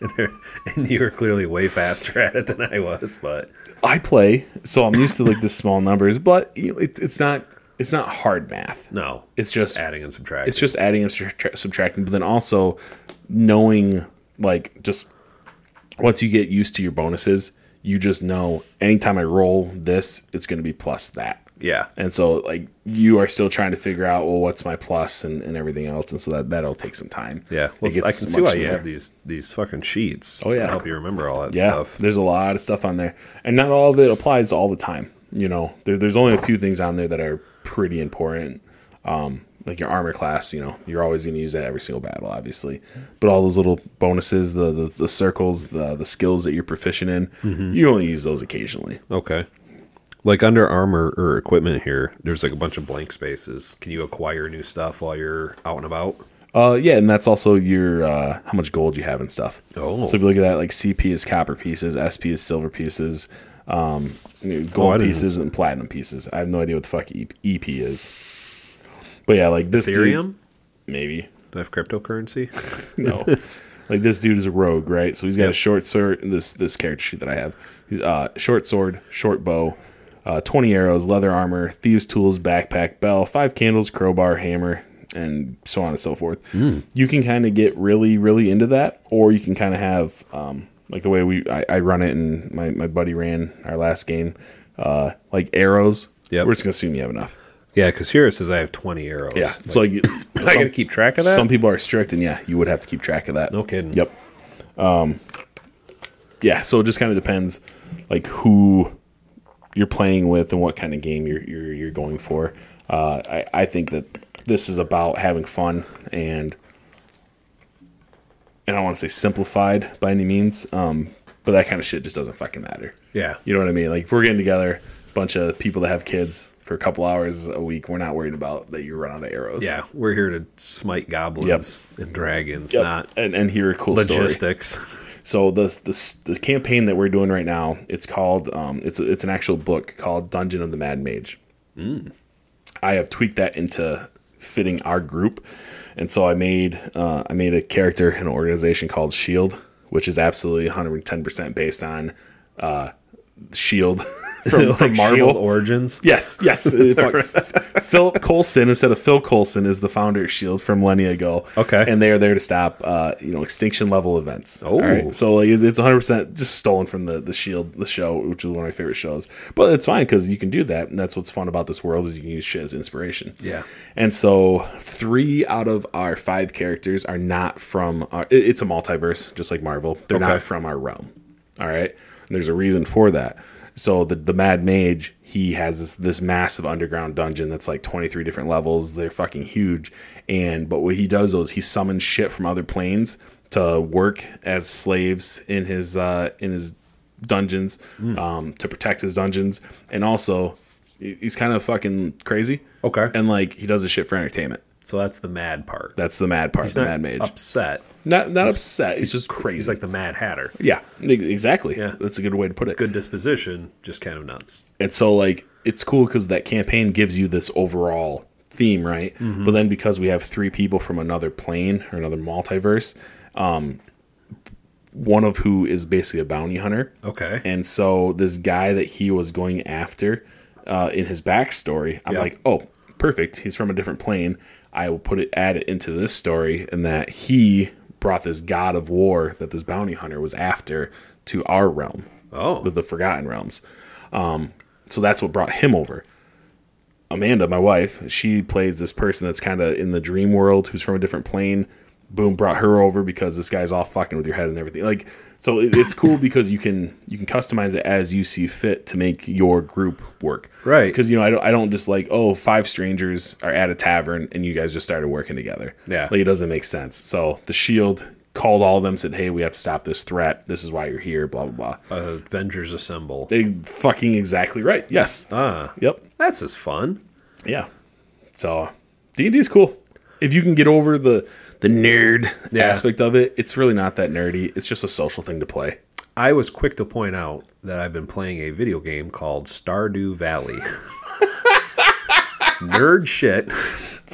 B: and, and you were clearly way faster at it than I was, but
C: I play, so I'm used to like the small numbers, but you know, it, it's not it's not hard math.
B: no.
C: It's just-
B: adding and subtracting.
C: It's just adding and subtra- subtracting, but then also knowing like just once you get used to your bonuses, you just know anytime I roll this, it's going to be plus that.
B: yeah.
C: And so like you are still trying to figure out well what's my plus and, and everything else, and so that that'll take some time.
B: Yeah.
C: It
B: Well, I
C: gets
B: can see
C: much
B: why you
C: smoother.
B: have these these fucking sheets.
C: Oh, yeah.
B: To help you remember all that
C: Yeah,
B: stuff.
C: there's a lot of stuff on there, and not all of it applies all the time. You know, there, there's only a few things on there that are pretty important. Um, like your armor class, you know, you're always going to use that every single battle, obviously. But all those little bonuses, the the, the circles, the the skills that you're proficient in,
B: Mm-hmm.
C: you only use those occasionally.
B: Okay. Like under armor or equipment here, there's like a bunch of blank spaces. Can you acquire new stuff while you're out and about?
C: Uh, yeah, and that's also your uh, how much gold you have and stuff.
B: Oh.
C: so if you look at that, like CP is copper pieces, SP is silver pieces, um,
B: Oh,
C: you know,
B: I
C: gold
B: didn't-
C: pieces, and platinum pieces. I have no idea what the fuck E- EP is. But yeah, like this dude-
B: Ethereum?
C: maybe
B: Do I have cryptocurrency?
C: no. like this dude is a rogue, right? So he's got a
B: Yep.
C: short sword. This this character sheet that I have, he's uh, short sword, short bow, uh, twenty arrows, leather armor, thieves' tools, backpack, bell, five candles, crowbar, hammer, and so on and so forth.
B: Hmm.
C: You can kind of get really really into that, or you can kind of have um, like the way we I, I run it, and my my buddy ran our last game, uh, like arrows.
B: Yep.
C: we're just gonna assume you have enough.
B: yeah, because here it says I have 20 arrows.
C: Yeah, it's like,
B: I gotta keep track of that?
C: Some people are strict, and yeah, you would have to keep track of that.
B: No kidding.
C: Yep. Um, yeah, so it just kind of depends, like who you're playing with and what kind of game you're you're, you're going for. Uh, I I think that this is about having fun and and I don't want to say simplified by any means, um, but that kind of shit just doesn't fucking matter.
B: Yeah.
C: You know what I mean? Like if we're getting together, a bunch of people that have kids for a couple hours a week, we're not worried about that you run out of arrows.
B: Yeah, we're here to smite goblins and dragons,
C: Yep.
B: not
C: and and hear a cool story.
B: logistics.
C: So the, the the campaign that we're doing right now, it's called um, it's it's an actual book called Dungeon of the Mad Mage. I have tweaked that into fitting our group, and so I made uh, I made a character in an organization called Shield, E which is absolutely 110 percent based on uh, Shield from, from Marvel.
B: Shield Origins.
C: Yes, yes. Uh, fuck. Phil Colson instead of Phil Colson is the founder of Shield E from millennia ago.
B: Okay.
C: and they are there to stop, uh, you know, extinction level events.
B: Oh.
C: so like it- it's 100 percent just stolen from the the Shield E the show, which is one of my favorite shows. But it's fine because you can do that, and that's what's fun about this world is you can use shit as inspiration.
B: Yeah.
C: And so three out of our five characters are not from. Our, it- it's a multiverse, just like Marvel. They're
B: Okay.
C: not from our realm. All right. And there's a reason for that. So the the Mad Mage, he has this, this massive underground dungeon that's like 23 different levels. They're fucking huge. And but what he does is he summons shit from other planes to work as slaves in his uh, in his dungeons
B: Hmm.
C: um, to protect his dungeons and also he- he's kind of fucking crazy
B: Okay.
C: and like he does this shit for entertainment.
B: So that's the mad part.
C: That's the mad part.
B: he's
C: the
B: not
C: mad mage.
B: upset.
C: not not upset. He's, just crazy.
B: He's like the Mad Hatter.
C: yeah, e- exactly.
B: Yeah.
C: that's a good way to put it.
B: Good disposition, just kind of nuts.
C: And so like it's cool because that campaign gives you this overall theme, right? But then because we have three people from another plane or another multiverse, um, one of who is basically a bounty hunter.
B: Okay.
C: And so this guy that he was going after uh, in his backstory, I'm
B: Yeah.
C: like, oh, perfect. He's from a different plane. I will put it add it into this story, and that he brought this god of war that this bounty hunter was after to our realm,
B: Oh.
C: the, the Forgotten Realms. Um, so that's what brought him over. Amanda, my wife, she plays this person that's kind of in the dream world who's from a different plane. Boom, brought her over because this guy's all fucking with your head and everything. Like, so it, it's cool because you can you can customize it as you see fit to make your group work.
B: Right.
C: Because you know I don't I don't just like oh five strangers are at a tavern and you guys just started working together.
B: Yeah.
C: Like it doesn't make sense. So the shield called all of them said hey we have to stop this threat. This is why you're here. Blah blah blah.
B: Avengers Assemble.
C: They fucking exactly right. Yes.
B: Ah,
C: Yep.
B: that's just fun.
C: Yeah. So D and D is cool. If you can get over the the nerd
B: Yeah.
C: aspect of it, it's really not that nerdy. It's just a social thing to play.
B: I was quick to point out that I've been playing a video game called Stardew Valley. Nerd shit.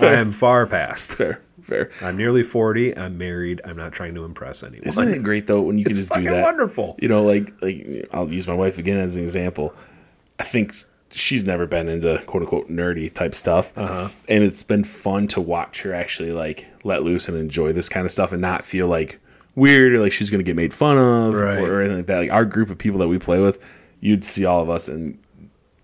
B: I am far past.
C: Fair, fair.
B: I'm nearly 40. I'm married. I'm not trying to impress anyone.
C: Isn't it great though when you can
B: It's
C: just do
B: fucking
C: that?
B: wonderful.
C: You know, like like I'll use my wife again as an example. I think she's never been into quote unquote nerdy type stuff, uh-huh. and it's been fun to watch her actually like let loose and enjoy this kind of stuff and not feel like weird or like she's gonna get made fun of
B: Right.
C: or, or anything like that. Like our group of people that we play with, you'd see all of us and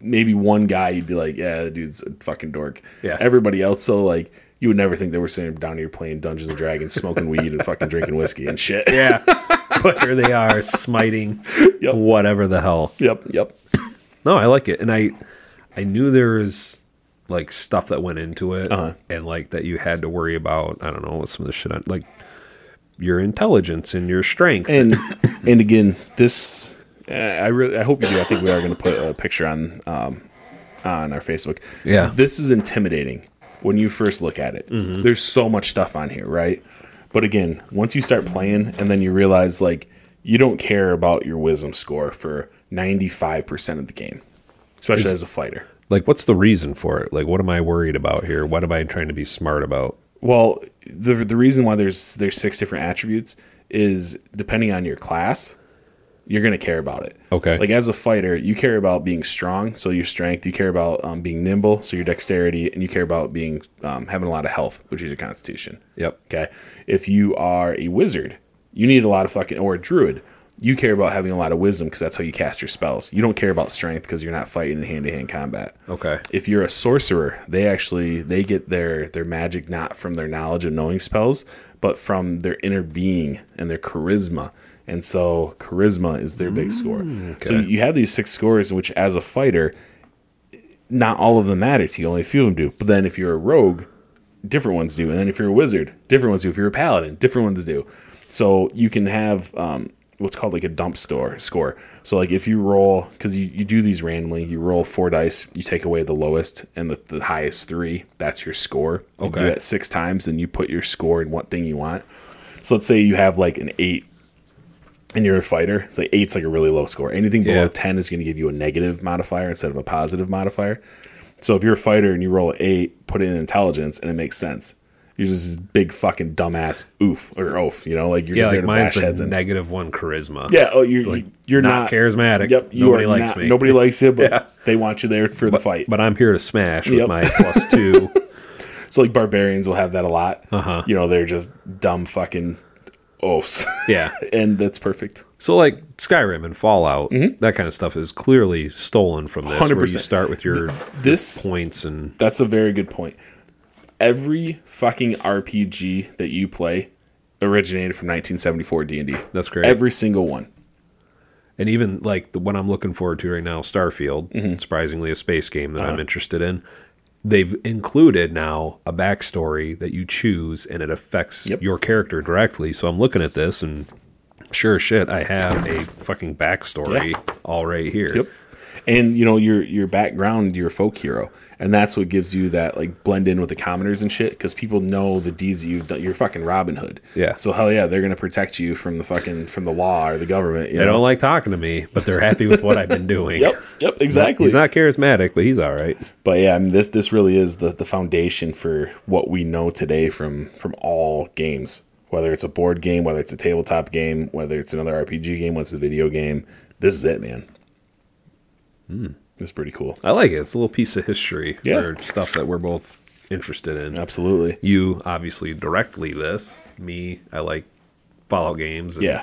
C: maybe one guy you'd be like, yeah, the dude's a fucking dork.
B: Yeah.
C: Everybody else, so like you would never think they were sitting down here playing Dungeons and Dragons, smoking weed and fucking drinking whiskey and shit.
B: Yeah. but here they are smiting
C: Yep.
B: whatever the hell.
C: Yep. Yep.
B: No, I like it. And I I knew there was like stuff that went into it
C: Uh-huh.
B: and like that you had to worry about, I don't know, with some of the shit on like your intelligence and your strength.
C: And and again, this uh, I really I hope you do. I think we are going to put a picture on um, on our Facebook.
B: Yeah.
C: This is intimidating when you first look at it. There's so much stuff on here, right? But again, once you start playing and then you realize like you don't care about your wisdom score for 95% of the game, especially as a fighter.
B: like what's the reason for it like what am i worried about here what am i trying to be smart about
C: Well, the the reason why there's there's six different attributes is depending on your class, you're gonna care about it.
B: Okay.
C: Like as a fighter, you care about being strong, so your strength. You care about um, being nimble, so your dexterity, and you care about being um, having a lot of health, which is your constitution.
B: yep
C: Okay. If you are a wizard, you need a lot of fucking or a druid. You care about having a lot of wisdom because that's how you cast your spells. You don't care about strength because you're not fighting in hand-to-hand combat.
B: Okay.
C: If you're a sorcerer, they actually they get their their magic not from their knowledge of knowing spells, but from their inner being and their charisma. And so charisma is their big score. So
B: Mm, okay.
C: you have these six scores, which as a fighter, not all of them matter to you. Only a few of them do. But then if you're a rogue, different ones do. And then if you're a wizard, different ones do. If you're a paladin, different ones do. So you can have um, what's called like a dump store score. So like if you roll, because you, you do these randomly, you roll four dice, you take away the lowest and the, the highest three. That's your score. You
B: Okay.
C: do that six times, then you put your score in what thing you want. So let's say you have like an eight and you're a fighter, so eight's like a really low score. Anything below
B: Yeah.
C: 10 is going to give you a negative modifier instead of a positive modifier. So if you're a fighter and you roll an eight, put it in intelligence, and it makes sense. You're just this big fucking dumbass oof or oof, you know, like you're
B: yeah like
C: just there to bash
B: mine's like
C: heads in.
B: negative one charisma
C: Yeah, oh, you're
B: like,
C: you're
B: not
C: not,
B: charismatic.
C: Yep, you
B: Nobody
C: are
B: likes
C: not-
B: me.
C: Nobody likes you, but
B: Yeah.
C: they want you there for the fight.
B: but i'm here to smash with
C: Yep.
B: my plus two
C: so like barbarians will have that a lot.
B: Uh-huh.
C: You know, they're just dumb fucking oafs,
B: yeah
C: and that's perfect.
B: so like skyrim and fallout
C: Mm-hmm.
B: that kind of stuff is clearly stolen from this where you
C: 100%.
B: start with your
C: This
B: points and
C: That's a very good point. Every fucking RPG that you play originated from 1974 D&D.
B: That's great.
C: Every single one.
B: and even like the one i'm looking forward to right now starfield
C: Mm-hmm.
B: surprisingly a space game that i'm
C: Uh-huh.
B: interested in they've included now a backstory that you choose and it affects
C: Yep.
B: your character directly so i'm looking at this and sure as shit i have a fucking backstory
C: Yeah.
B: all right here
C: Yep. and you know your your background, your folk hero, and that's what gives you that like blend in with the commoners and shit because people know the deeds that you've done. You're fucking Robin Hood.
B: Yeah.
C: So hell yeah, they're gonna protect you from the fucking from the law or the government. You
B: They
C: know?
B: don't like talking to me, but they're happy with what I've been doing.
C: Yep. Yep. Exactly.
B: He's not charismatic, but he's all right.
C: but yeah, I mean this this really is the the foundation for what we know today from from all games, whether it's a board game, whether it's a tabletop game, whether it's another RPG game, whether it's a video game. This is it, man.
B: Hmm.
C: It's pretty cool.
B: I like it. It's a little piece of history
C: Yeah.
B: or stuff that we're both interested in.
C: Absolutely.
B: You obviously directly this. Me, I like Fallout games. and-
C: Yeah.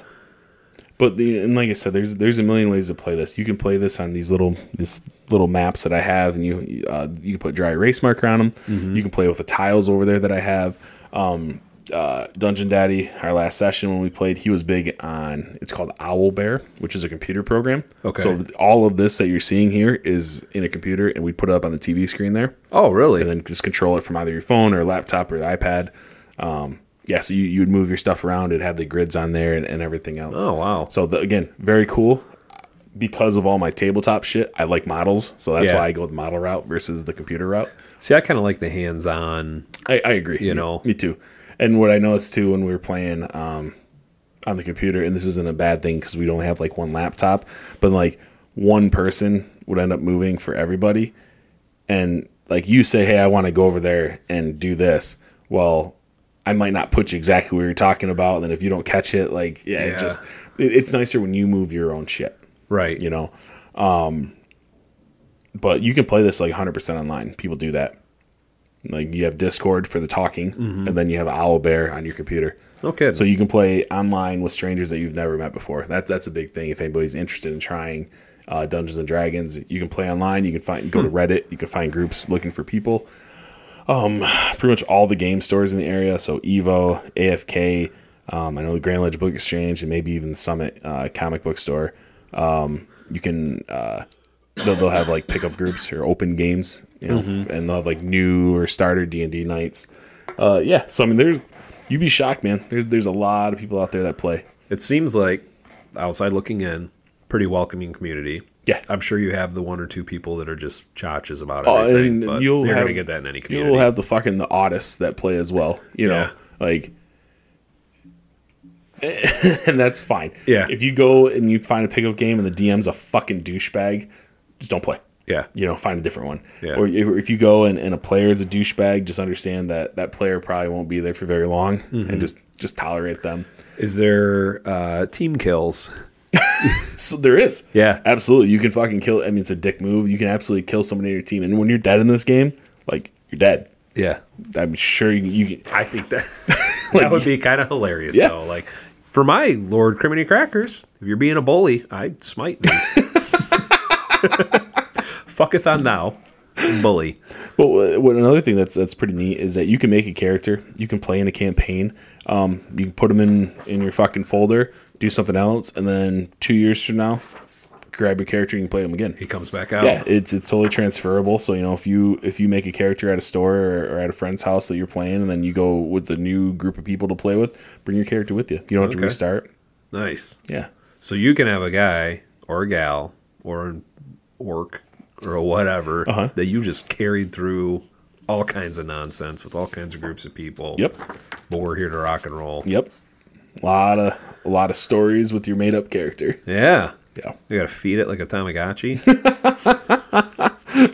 C: But the and like I said, there's there's a million ways to play this. You can play this on these little this little maps that I have, and you you, uh, you can put dry erase marker on them. You can play with the tiles over there that I have. Um, uh, Dungeon Daddy, our last session when we played, he was big on it's called Owl Bear, which is a computer program.
B: Okay.
C: So all of this that you're seeing here is in a computer, and we put it up on the TV screen there
B: Oh, really?
C: and then just control it from either your phone or laptop or iPad. Um, yeah, so you you would move your stuff around. It had the grids on there and, and everything else.
B: Oh, wow.
C: So the, again, very cool. Because of all my tabletop shit, I like models, so that's
B: Yeah.
C: why I go the model route versus the computer route.
B: See, I kind of like the hands-on.
C: I, I agree.
B: You
C: Me-
B: know.
C: me too. And what I noticed too when we were playing um, on the computer, and this isn't a bad thing because we only have like one laptop, but like one person would end up moving for everybody, and like you say, hey, I want to go over there and do this. Well, I might not put you exactly where you're talking about, and then if you don't catch it, like yeah,
B: Yeah.
C: It just it, it's nicer when you move your own shit
B: Right.
C: you know um but you can play this like 100% online people do that like you have discord for the talking and then you have owlbear on your computer
B: Okay.
C: so you can play online with strangers that you've never met before that, that's a big thing if anybody's interested in trying uh, dungeons and dragons you can play online you can find go to reddit you can find groups looking for people um pretty much all the game stores in the area so evo afk um, i know the grand ledge book exchange and maybe even the summit uh, comic book store Um, you can uh they'll, they'll have like pickup groups or open games you know and they'll have like new or starter d&d nights uh yeah so i mean there's you'd be shocked man there's there's a lot of people out there that play
B: it seems like outside looking in, pretty welcoming community.
C: Yeah.
B: I'm sure you have the one or two people that are just chotches about
C: Oh,
B: everything.
C: and
B: but
C: you'll
B: you're
C: have-
B: gonna get that in any community.
C: you'll have the fucking the oddists that play as well you know
B: Yeah.
C: like and that's fine
B: Yeah.
C: if you go and you find a pickup game and the dm's a fucking douchebag just don't play
B: yeah.
C: you know, find a different one.
B: Yeah.
C: Or if, if you go and, and a player is a douchebag, just understand that that player probably won't be there for very long,
B: Mm-hmm.
C: and just just tolerate them.
B: Is there uh, team kills?
C: So there is,
B: Yeah.
C: absolutely. You can fucking kill. I mean, it's a dick move. You can absolutely kill somebody in your team, and when you're dead in this game, like you're dead.
B: Yeah.
C: I'm sure you. you
B: I think that that would be kind of hilarious
C: Yeah.
B: though. Like for my Lord Criminy Crackers, if you're being a bully, I'd smite thee. Fucketh on thou, bully.
C: But what what- another thing that's that's pretty neat is that you can make a character, you can play in a campaign, um, you can put them in in your fucking folder, do something else, and then two years from now, grab your character and you can play them again.
B: He comes back out.
C: yeah it's it's totally transferable so you know if you if you make a character at a store or, or at a friend's house that you're playing and then you go with the new group of people to play with bring your character with you you don't have to
B: Okay.
C: restart
B: Nice.
C: yeah
B: So you can have a guy or a gal or an orc or whatever
C: Uh-huh.
B: that you just carried through all kinds of nonsense with all kinds of groups of people.
C: Yep.
B: But we're here to rock and roll.
C: yep a lot of a lot of stories with your made-up character
B: Yeah.
C: yeah
B: You gotta feed it like a Tamagotchi.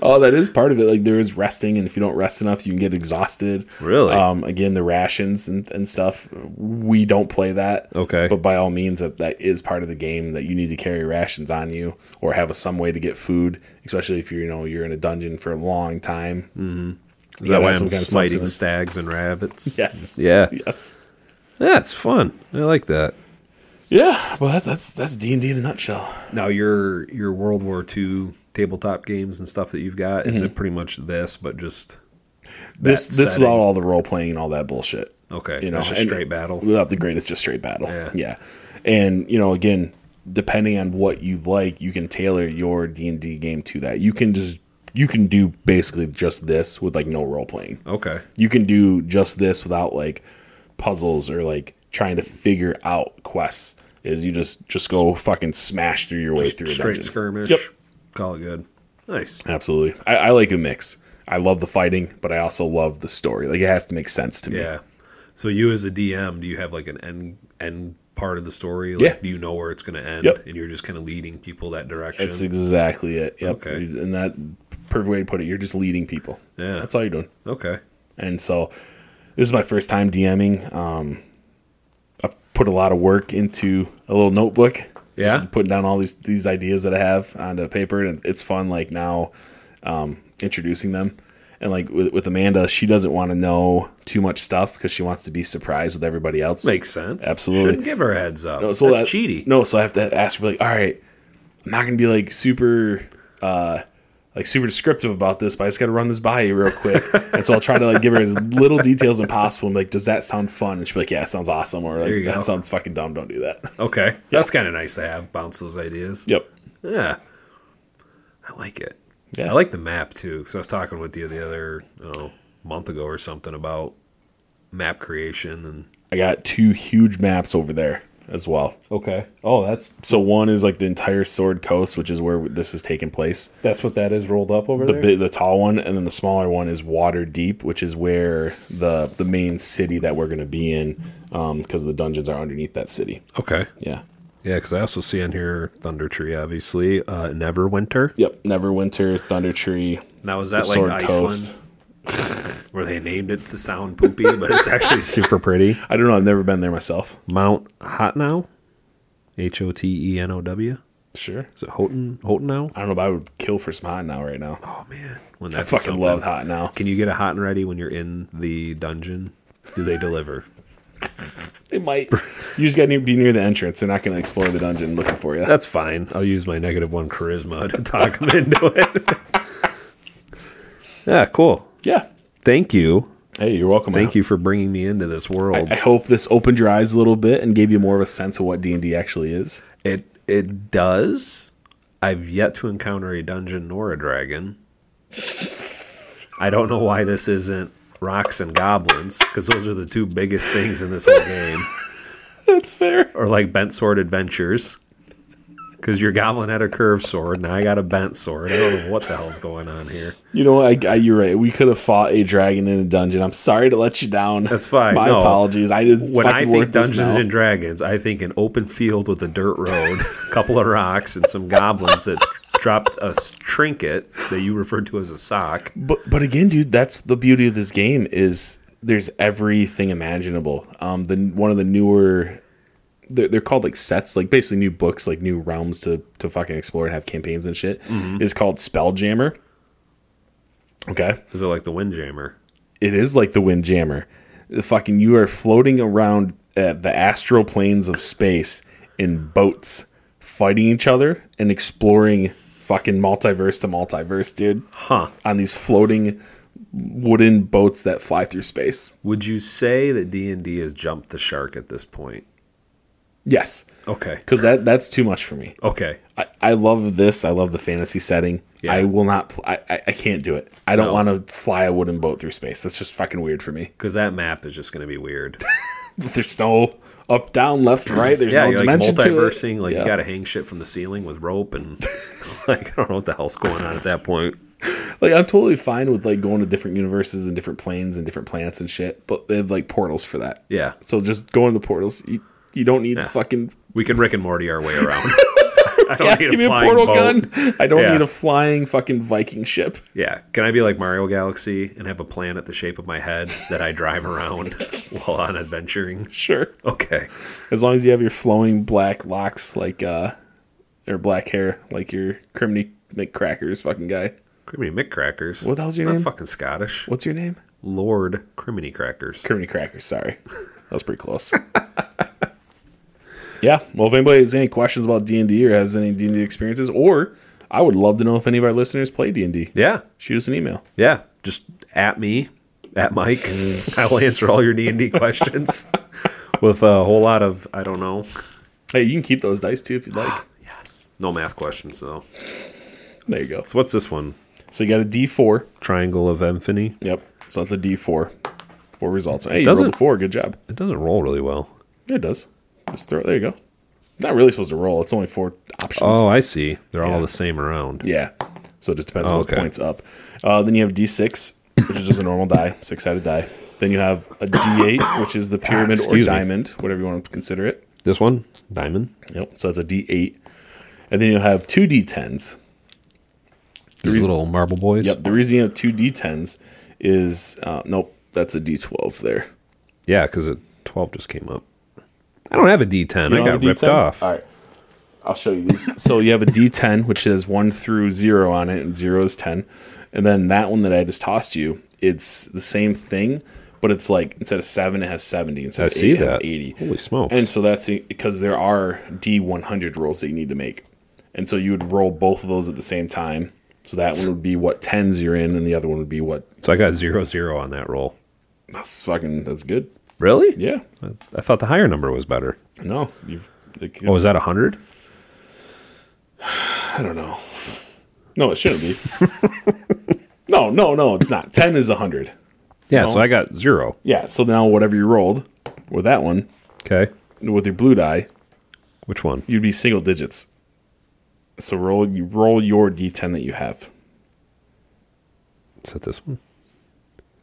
C: oh that is part of it like there is resting and if you don't rest enough you can get exhausted
B: Really?
C: um again the rations and, and stuff we don't play that
B: Okay.
C: but by all means that that is part of the game that you need to carry rations on you or have some way to get food especially if you're you know you're in a dungeon for a long time
B: Mm. Is that
C: gotta
B: why
C: have
B: I'm
C: some kind of
B: smiting
C: substance.
B: stags and rabbits?
C: yes
B: Yeah.
C: yes
B: That's fun. I like that.
C: yeah well that, that's that's d&d in a nutshell
B: Now your your World War II tabletop games and stuff that you've got, is
C: Mm-hmm.
B: it pretty much this, but just
C: this
B: That
C: this
B: setting.
C: without all the role playing and all that bullshit
B: okay,
C: you know
B: that's just
C: and
B: straight battle.
C: without the grade it's just straight battle
B: Yeah.
C: yeah. and you know again depending on what you like you can tailor your d&d game to that you can just you can do basically just this with like no role playing
B: Okay.
C: you can do just this without like puzzles or like trying to figure out quests is you just just go fucking smash through your way through a
B: Straight
C: dungeon.
B: skirmish.
C: yep
B: Call it good. Nice.
C: Absolutely. I, I like a mix. I love the fighting, but I also love the story. Like it has to make sense to me.
B: Yeah. So you as a DM, do you have like an end end part of the story? Like
C: Yeah.
B: do you know where it's gonna end?
C: Yep.
B: And you're just kinda leading people that direction.
C: That's exactly it. Yep.
B: Okay.
C: And that perfect way to put it. You're just leading people.
B: Yeah.
C: That's all you're doing.
B: okay.
C: And so this is my first time DMing. Um, I've put a lot of work into a little notebook.
B: Yeah?
C: Just putting down all these these ideas that I have onto paper, and it's fun. Like now, um, introducing them, and like with, with Amanda, she doesn't want to know too much stuff because she wants to be surprised with everybody else.
B: Makes sense.
C: Absolutely.
B: Shouldn't give her a heads up.
C: No, so
B: That's
C: that-
B: cheaty.
C: No, so I have to ask her like, all right, I'm not gonna be like super uh like super descriptive about this, but I just gotta run this by you real quick. and so I'll try to like give her as little details as possible. I'm like, does that sound fun? And she'll be like, Yeah, it sounds awesome, or
B: There you
C: like that
B: go.
C: sounds fucking dumb, don't do that.
B: Okay. That's kinda nice to have, bounce those ideas.
C: Yep.
B: Yeah. I like it.
C: Yeah.
B: I like the map too, because I was talking with you the other I don't know, month ago or something about map creation and
C: I got two huge maps over there as well.
B: Okay. Oh that's
C: So one is like the entire Sword Coast, which is where this is taking place.
B: that's what that is rolled up over
C: The bit, the tall one, and then the smaller one is Water Deep, which is where the the main city that we're gonna be in, because the dungeons are underneath that city.
B: Okay.
C: Yeah.
B: Yeah, because I also see on here Thunder Tree, obviously. Uh, Neverwinter.
C: Yep. Neverwinter, Thunder Tree,
B: Now, is that
C: the
B: like
C: Sword
B: Iceland?
C: Coast.
B: Where they named it to sound poopy, but it's actually super pretty.
C: I don't know. I've never been there myself.
B: Mount Hotnow. H O T E N O W.
C: Sure.
B: Is it Houghton? Houghton now?
C: I don't know, but I would kill for some hot now right now.
B: Oh, man. Wouldn't
C: I
B: be
C: fucking
B: something?
C: love hot now.
B: Can you get a hot and ready when you're in the dungeon? Do they deliver?
C: They might. you just got to be near the entrance. They're not going to explore the dungeon looking for you.
B: That's fine. I'll use my negative one charisma to talk them into it. yeah, cool.
C: Yeah.
B: Thank you.
C: Hey, you're welcome.
B: Thank you for bringing me into this world.
C: I hope this opened your eyes a little bit and gave you more of a sense of what D and D actually is.
B: It it does. I've yet to encounter a dungeon nor a dragon. I don't know why this isn't rocks and goblins because those are the two biggest things in this whole game.
C: That's fair.
B: Or like bent sword adventures because your goblin had a curved sword and I got a bent sword. I don't know what the hell's going on here.
C: You know, I, I you're right. We could have fought a dragon in a dungeon. I'm sorry to let you down.
B: That's fine,
C: My
B: no.
C: apologies. I did
B: When I think Dungeons and
C: and
B: Dragons, I think an open field with a dirt road, a couple of rocks, and some goblins that dropped a s- trinket that you referred to as a sock.
C: But but again, dude, that's the beauty of this game is there's everything imaginable. Um, the one of the newer, they're, they're called like sets, like basically new books, like new realms to to fucking explore and have campaigns and shit.
B: Mm-hmm.
C: Is called Spelljammer. Okay,
B: Is it like the Windjammer?
C: it is like the Windjammer. The fucking you are floating around at the astral planes of space in boats, fighting each other and exploring fucking multiverse to multiverse, dude
B: Huh.
C: on these floating wooden boats that fly through space.
B: Would you say that D and D has jumped the shark at this point?
C: Yes,
B: Okay.
C: because that that's too much for me.
B: Okay.
C: I, I love this. I love the fantasy setting.
B: Yeah.
C: I will not. Pl- I, I I can't do it. I don't want to fly a wooden boat through space. That's just fucking weird for me.
B: Because that map is just going to be weird.
C: There's no up, down, left, right. There's
B: Yeah,
C: no
B: you're like
C: dimension to
B: multiversing.
C: it.
B: Like
C: Yeah.
B: you got to hang shit from the ceiling with rope and like I don't know what the hell's going on at that point.
C: Like I'm totally fine with like going to different universes and different planes and different planets and shit. But they have like portals for that.
B: Yeah,
C: So just go in the portals. You, you don't need fucking
B: we can Rick and Morty our way around. I don't
C: Yeah,
B: need a
C: give me a
B: flying
C: portal
B: boat.
C: gun. I don't
B: Yeah.
C: need a flying fucking Viking ship.
B: Yeah, can I be like Mario Galaxy and have a planet the shape of my head that I drive around while on adventuring?
C: Sure.
B: Okay.
C: As long as you have your flowing black locks like uh or black hair like your criminy McCrackers fucking guy.
B: Criminy Mick Crackers.
C: What the hell's your
B: I'm not
C: name?
B: fucking Scottish.
C: What's your name?
B: Lord Criminy Crackers.
C: Criminy Crackers, sorry. That was pretty close. yeah. Well if anybody has any questions about D and D or has any D and D experiences, or I would love to know if any of our listeners play D and D.
B: Yeah,
C: Shoot us an email.
B: yeah. Just at me, at Mike.
C: Mm.
B: I will answer all your D and D questions with a whole lot of I don't know.
C: Hey, you can keep those dice too if you'd like.
B: Yes. No math questions though.
C: There you go.
B: So what's this one?
C: So you got a D four.
B: Triangle of Infinity.
C: Yep. So that's a D four. Four results. Hey, you
B: doesn't-
C: rolled a four. Good job.
B: It doesn't roll really well.
C: Yeah, it does. Just throw it. There you go. Not really supposed to roll. It's only four options.
B: Oh, I see. They're
C: Yeah.
B: all the same around.
C: Yeah. So it just depends on
B: Oh,
C: what
B: okay.
C: points up. Uh, then you have D6, which is just a normal die, six sided die. Then you have a D8, which is the pyramid or
B: Ah, Excuse me.
C: diamond, whatever you want to consider it.
B: This one, diamond.
C: Yep. So that's a D8. And then you'll have two D10s.
B: These
C: reason-
B: little marble boys.
C: Yep. The reason you have two D10s is uh, nope, that's a D12 there.
B: Yeah, because twelve just came up. I don't have a D10.
C: You
B: I
C: don't have
B: got
C: a
B: ripped
C: D10?
B: off.
C: All right. I'll show you these. so you have a D10, which has one through zero on it, and zero is 10. And then that one that I just tossed you, it's the same thing, but it's like instead of seven, it has 70. Instead
B: I
C: of
B: see
C: eight, it has
B: that.
C: 80.
B: Holy smokes.
C: And so that's the- because there are D100 rolls that you need to make. And so you would roll both of those at the same time. So that one would be what 10s you're in, and the other one would be what.
B: So I got zero zero on that roll.
C: That's fucking, that's good.
B: Really?
C: Yeah.
B: I thought the higher number was better.
C: No. You've, it could-
B: Oh, is that hundred?
C: I don't know. No, it shouldn't be. no, no, no, it's not. 10 is 100.
B: Yeah. So I got zero.
C: Yeah, so now whatever you rolled with that one,
B: Okay.
C: with your blue die,
B: Which one?
C: you'd be single digits. So roll you roll your d10 that you have.
B: Is that this one?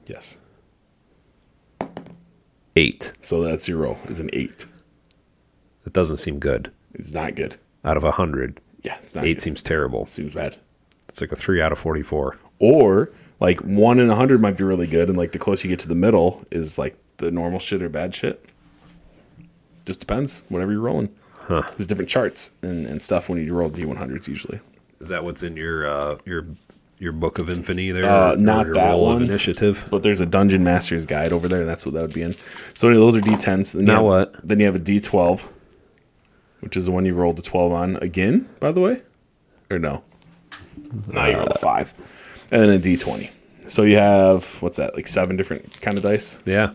C: Yes.
B: Eight.
C: So that's your roll is an 8.
B: That doesn't seem good.
C: It's not good.
B: Out of a hundred,
C: Yeah, it's not
B: eight
C: good.
B: seems terrible.
C: seems bad.
B: It's like a three out of forty-four.
C: Or like 1 in a 100 might be really good and like the closer you get to the middle is like the normal shit or bad shit. Just depends whatever you're rolling. There's different charts and, and stuff when you roll d100s usually.
B: Is that what's in your uh, your your book of infamy there?
C: Uh,
B: Or
C: not
B: your
C: that
B: roll
C: one.
B: of initiative.
C: But there's a Dungeon Master's Guide over there, and that's what that would be in. So anyway, those are D10s. Then you
B: Now
C: have-
B: what?
C: Then you have a D12, which is the one you rolled a 12 on again, by the way. Or no? No, you rolled a 5. And then a D20. So you have, what's that, like seven different kind of dice?
B: Yeah.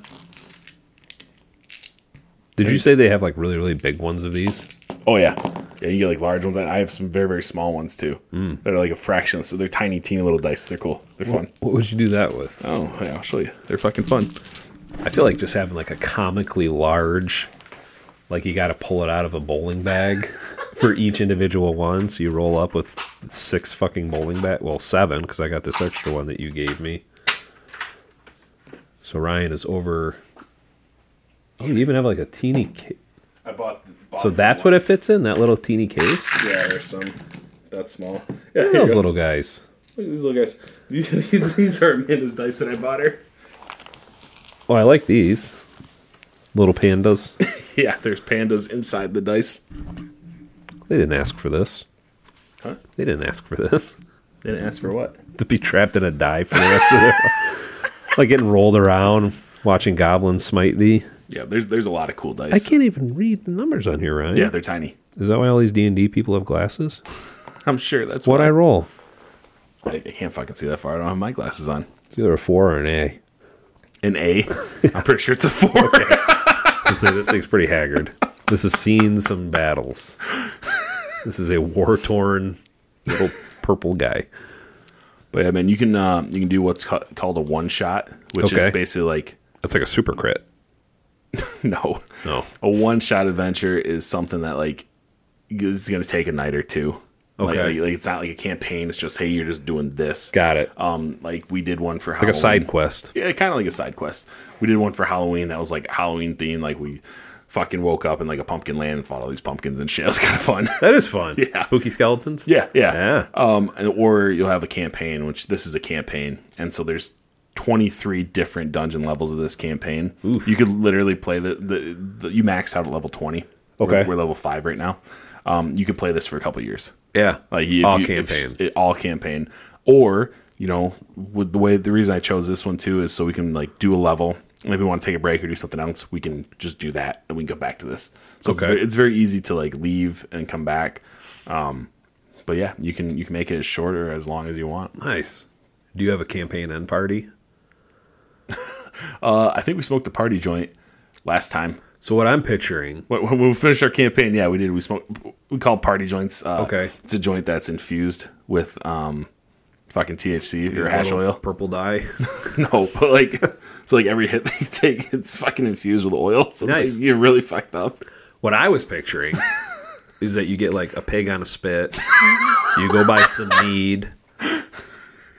B: Did you say they have like really really big ones of these?
C: Oh, yeah. Yeah, you get like large ones. I have some very, very small ones too.
B: Hmm.
C: That are like a fraction. So they're tiny, teeny little dice. They're cool. They're fun.
B: What would you do that with?
C: Oh, yeah, I'll show you. They're fucking fun.
B: I feel like just having like a comically large, like you got to pull it out of a bowling bag for each individual one. So you roll up with six fucking bowling bag. Well, seven because I got this extra one that you gave me. So Ryan is over. Oh, you even have like a teeny. Ca-
C: I bought. bought
B: So that's what it fits in that little teeny case.
C: Yeah, there's some. That's small.
B: Look at those little guys.
C: Look at these little guys. these are Amanda's dice that I bought her.
B: Oh, I like these little pandas.
C: Yeah, there's pandas inside the dice.
B: They didn't ask for this.
C: Huh?
B: They didn't ask for this
C: They didn't ask for what?
B: to be trapped in a dive for the rest of their life. like getting rolled around, watching goblins smite thee.
C: Yeah, there's there's a lot of cool dice.
B: I can't even read the numbers on here, Ryan.
C: Yeah, they're tiny.
B: Is that why all these D and D people have glasses?
C: I'm sure that's
B: What
C: why.
B: I roll?
C: I, I can't fucking see that far. I don't have my glasses on.
B: It's either a four or an A.
C: An A. I'm pretty sure it's a four.
B: Let's say this thing's pretty haggard. This has seen some battles. This is a war torn little purple guy.
C: But yeah, man, you can um, you can do what's ca- called a one shot, which
B: Okay.
C: is basically like
B: That's like a super crit.
C: no,
B: No.
C: a one shot adventure is something that like is going to take a night or two. Like-
B: Okay.
C: Like, like it's not like a campaign. It's just hey, you're just doing this.
B: Got it.
C: Um, like we did one for
B: Like a side quest.
C: yeah, kind of like a side quest. We did one for Halloween that was like Halloween themed. Like we fucking woke up in like a pumpkin land and fought all these pumpkins and shit. It was kind of fun.
B: That is fun.
C: Yeah.
B: Spooky skeletons.
C: yeah, yeah,
B: Yeah.
C: Um, and, or you'll have a campaign, which this is a campaign, and so there's 23 different dungeon levels of this campaign. You could literally play the, the the you maxed out at level 20. We're-
B: Okay.
C: we're, level five right now. Um, you could play this for a couple years.
B: Yeah.
C: Like you,
B: all
C: if you- if
B: campaign.
C: it- all campaign, or you know, with the way the reason I chose this one too is so we can like do a level. And if we want to take a break or do something else, we can just do that and we can go back to this. So it's
B: Okay.
C: ve- it's very easy to like leave and come back. Um, but yeah, you can you can make it as short or as long as you want.
B: nice. Do you have a campaign end party?
C: Uh, I think we smoked a party joint last time.
B: So what I'm picturing,
C: When when we finished our campaign, yeah, we did. We smoked. We call party joints. Uh,
B: Okay.
C: it's a joint that's infused with um, fucking THC or
B: is
C: hash
B: little
C: oil.
B: purple dye.
C: No, but like, so like every hit that you take, it's fucking infused with oil. So it's
B: Nice.
C: like, you're really fucked up.
B: what I was picturing is that you get like a pig on a spit. you go buy some mead.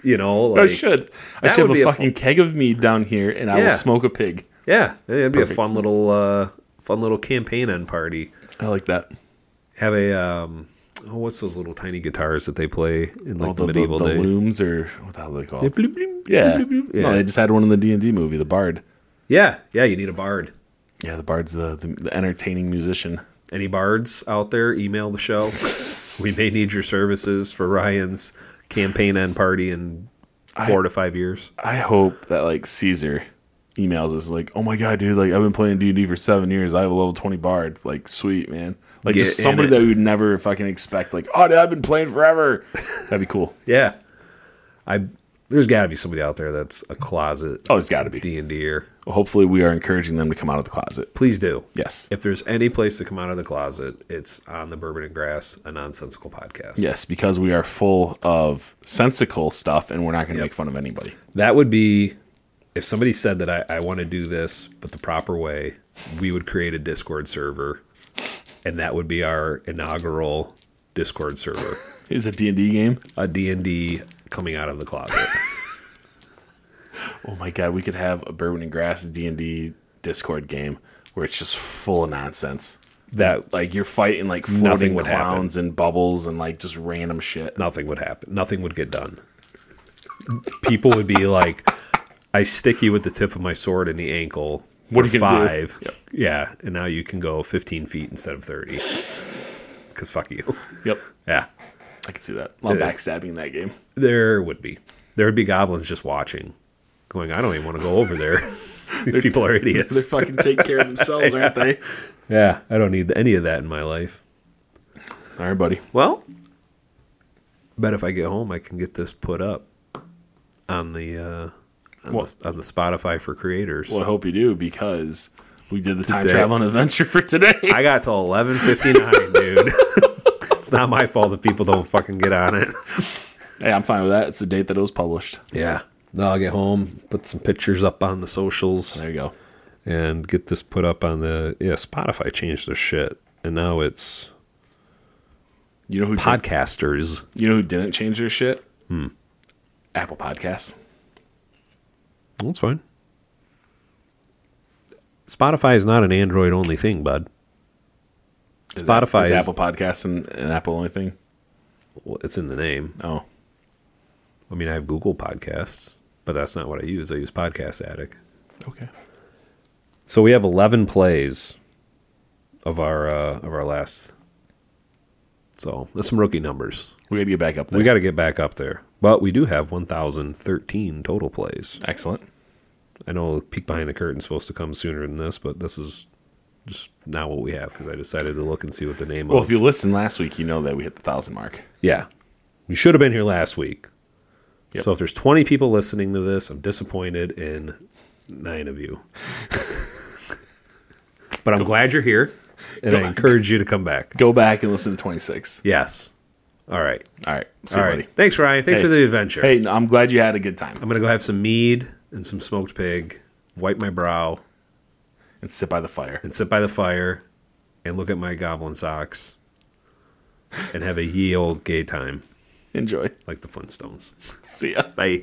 B: You know,
C: I
B: like
C: should. I
B: that
C: should
B: would
C: have
B: be
C: a
B: a
C: fucking keg of mead down here, and I
B: Yeah.
C: will smoke a pig.
B: yeah, it'd be
C: Perfect.
B: a fun little uh, fun little campaign end party.
C: I like that.
B: Have a um, oh, what's those little tiny guitars that they play in like
C: All
B: the, medieval day?
C: looms or what the hell are they called?
B: Bloop, bloop, bloop,
C: Yeah.
B: bloop, bloop.
C: No,
B: yeah,
C: they just had one in the D and D movie, the Bard.
B: yeah, yeah. You need a bard.
C: Yeah, the Bard's the the, the entertaining musician.
B: Any bards out there? Email the show. we may need your services for Ryan's campaign end party in four to five years.
C: I hope that like Caesar emails us like, "Oh my god, dude! Like I've been playing D and D for seven years. I have a level twenty bard. Like sweet man. Like
B: Get
C: just
B: in
C: somebody
B: it.
C: that we would never fucking expect. Like, oh, dude, I've been playing forever. That'd be cool.
B: Yeah, I there's got to be somebody out there that's a closet
C: Oh, it's got to be.
B: D and D'er.
C: Hopefully, we are encouraging them to come out of the closet.
B: Please do.
C: Yes.
B: If there's any place to come out of the closet, it's on the Bourbon and Grass, a nonsensical podcast.
C: Yes, because we are full of sensical stuff, and we're not going to make fun of anybody.
B: That would be if somebody said that I, I want to do this, but the proper way, we would create a Discord server, and that would be our inaugural Discord server,
C: Is d and D game?
B: a D and D coming out of the closet.
C: Oh my god, we could have a bourbon and grass D and D Discord game where it's just full of nonsense.
B: that
C: Like you're fighting like floating
B: would happen.
C: clowns and bubbles and like just random shit.
B: nothing would happen. Nothing would get done. People would be like, I stick you with the tip of my sword in the ankle. for
C: What are you gonna do?
B: five? Yeah, and now you can go 15 feet instead of 30. Because fuck you.
C: Yep,
B: Yeah,
C: I can see that. A lot of
B: It is.
C: backstabbing in that game.
B: there would be. There would be goblins just watching, going, I don't even want to go over there. These people are
C: They're
B: idiots.
C: fucking taking care of themselves, aren't they?
B: Yeah, I don't need any of that in my life.
C: All right, buddy.
B: Well, bet if I get home, I can get this put up on the uh, on,
C: Well-
B: the, on the Spotify for creators.
C: Well, I hope you do because we did the time
B: Today.
C: traveling adventure for today.
B: I got till eleven fifty nine, dude. it's not my fault if people don't fucking get on it.
C: hey, I'm fine with that. It's the date that it was published.
B: Yeah. No, I'll get home, put some pictures up on the socials,
C: There you go.
B: and get this put up on the yeah. Spotify changed their shit, and now it's
C: You know who
B: podcasters.
C: you know who didn't change their shit? Hmm. Apple Podcasts.
B: That's fine. Spotify is not an Android only thing, bud.
C: Is that-
B: Spotify
C: is
B: is-
C: Apple Podcasts and, and Apple only thing.
B: Well, it's in the name.
C: Oh,
B: I mean, I have Google Podcasts, but that's not what I use. I use Podcast Addict.
C: okay.
B: So we have 11 plays of our uh, of our last. So that's some rookie numbers.
C: We got to get back up there.
B: We got to get back up there, but we do have 1,013 total plays.
C: excellent.
B: I know peek behind the curtain's supposed to come sooner than this, but this is just not what we have because I decided to look and see what the name
C: Well,
B: of.
C: if you listened last week, you know that we hit the thousand mark.
B: yeah, we should have been here last week.
C: Yep.
B: So if there's 20 people listening to this, I'm disappointed in nine of you. but I'm glad you're here, and
C: Go
B: I
C: back.
B: encourage you to come back.
C: Go back and listen to 26.
B: Yes. All right.
C: All right. See
B: All
C: you,
B: right.
C: buddy.
B: Thanks, Ryan. Thanks
C: Hey.
B: for the adventure.
C: Hey, no, I'm glad you had a good time.
B: I'm going to go have some mead and some smoked pig, wipe my brow,
C: And sit by the fire.
B: and sit by the fire and look at my goblin socks and have a ye old gay time
C: Enjoy.
B: like the Flintstones.
C: See ya.
B: Bye.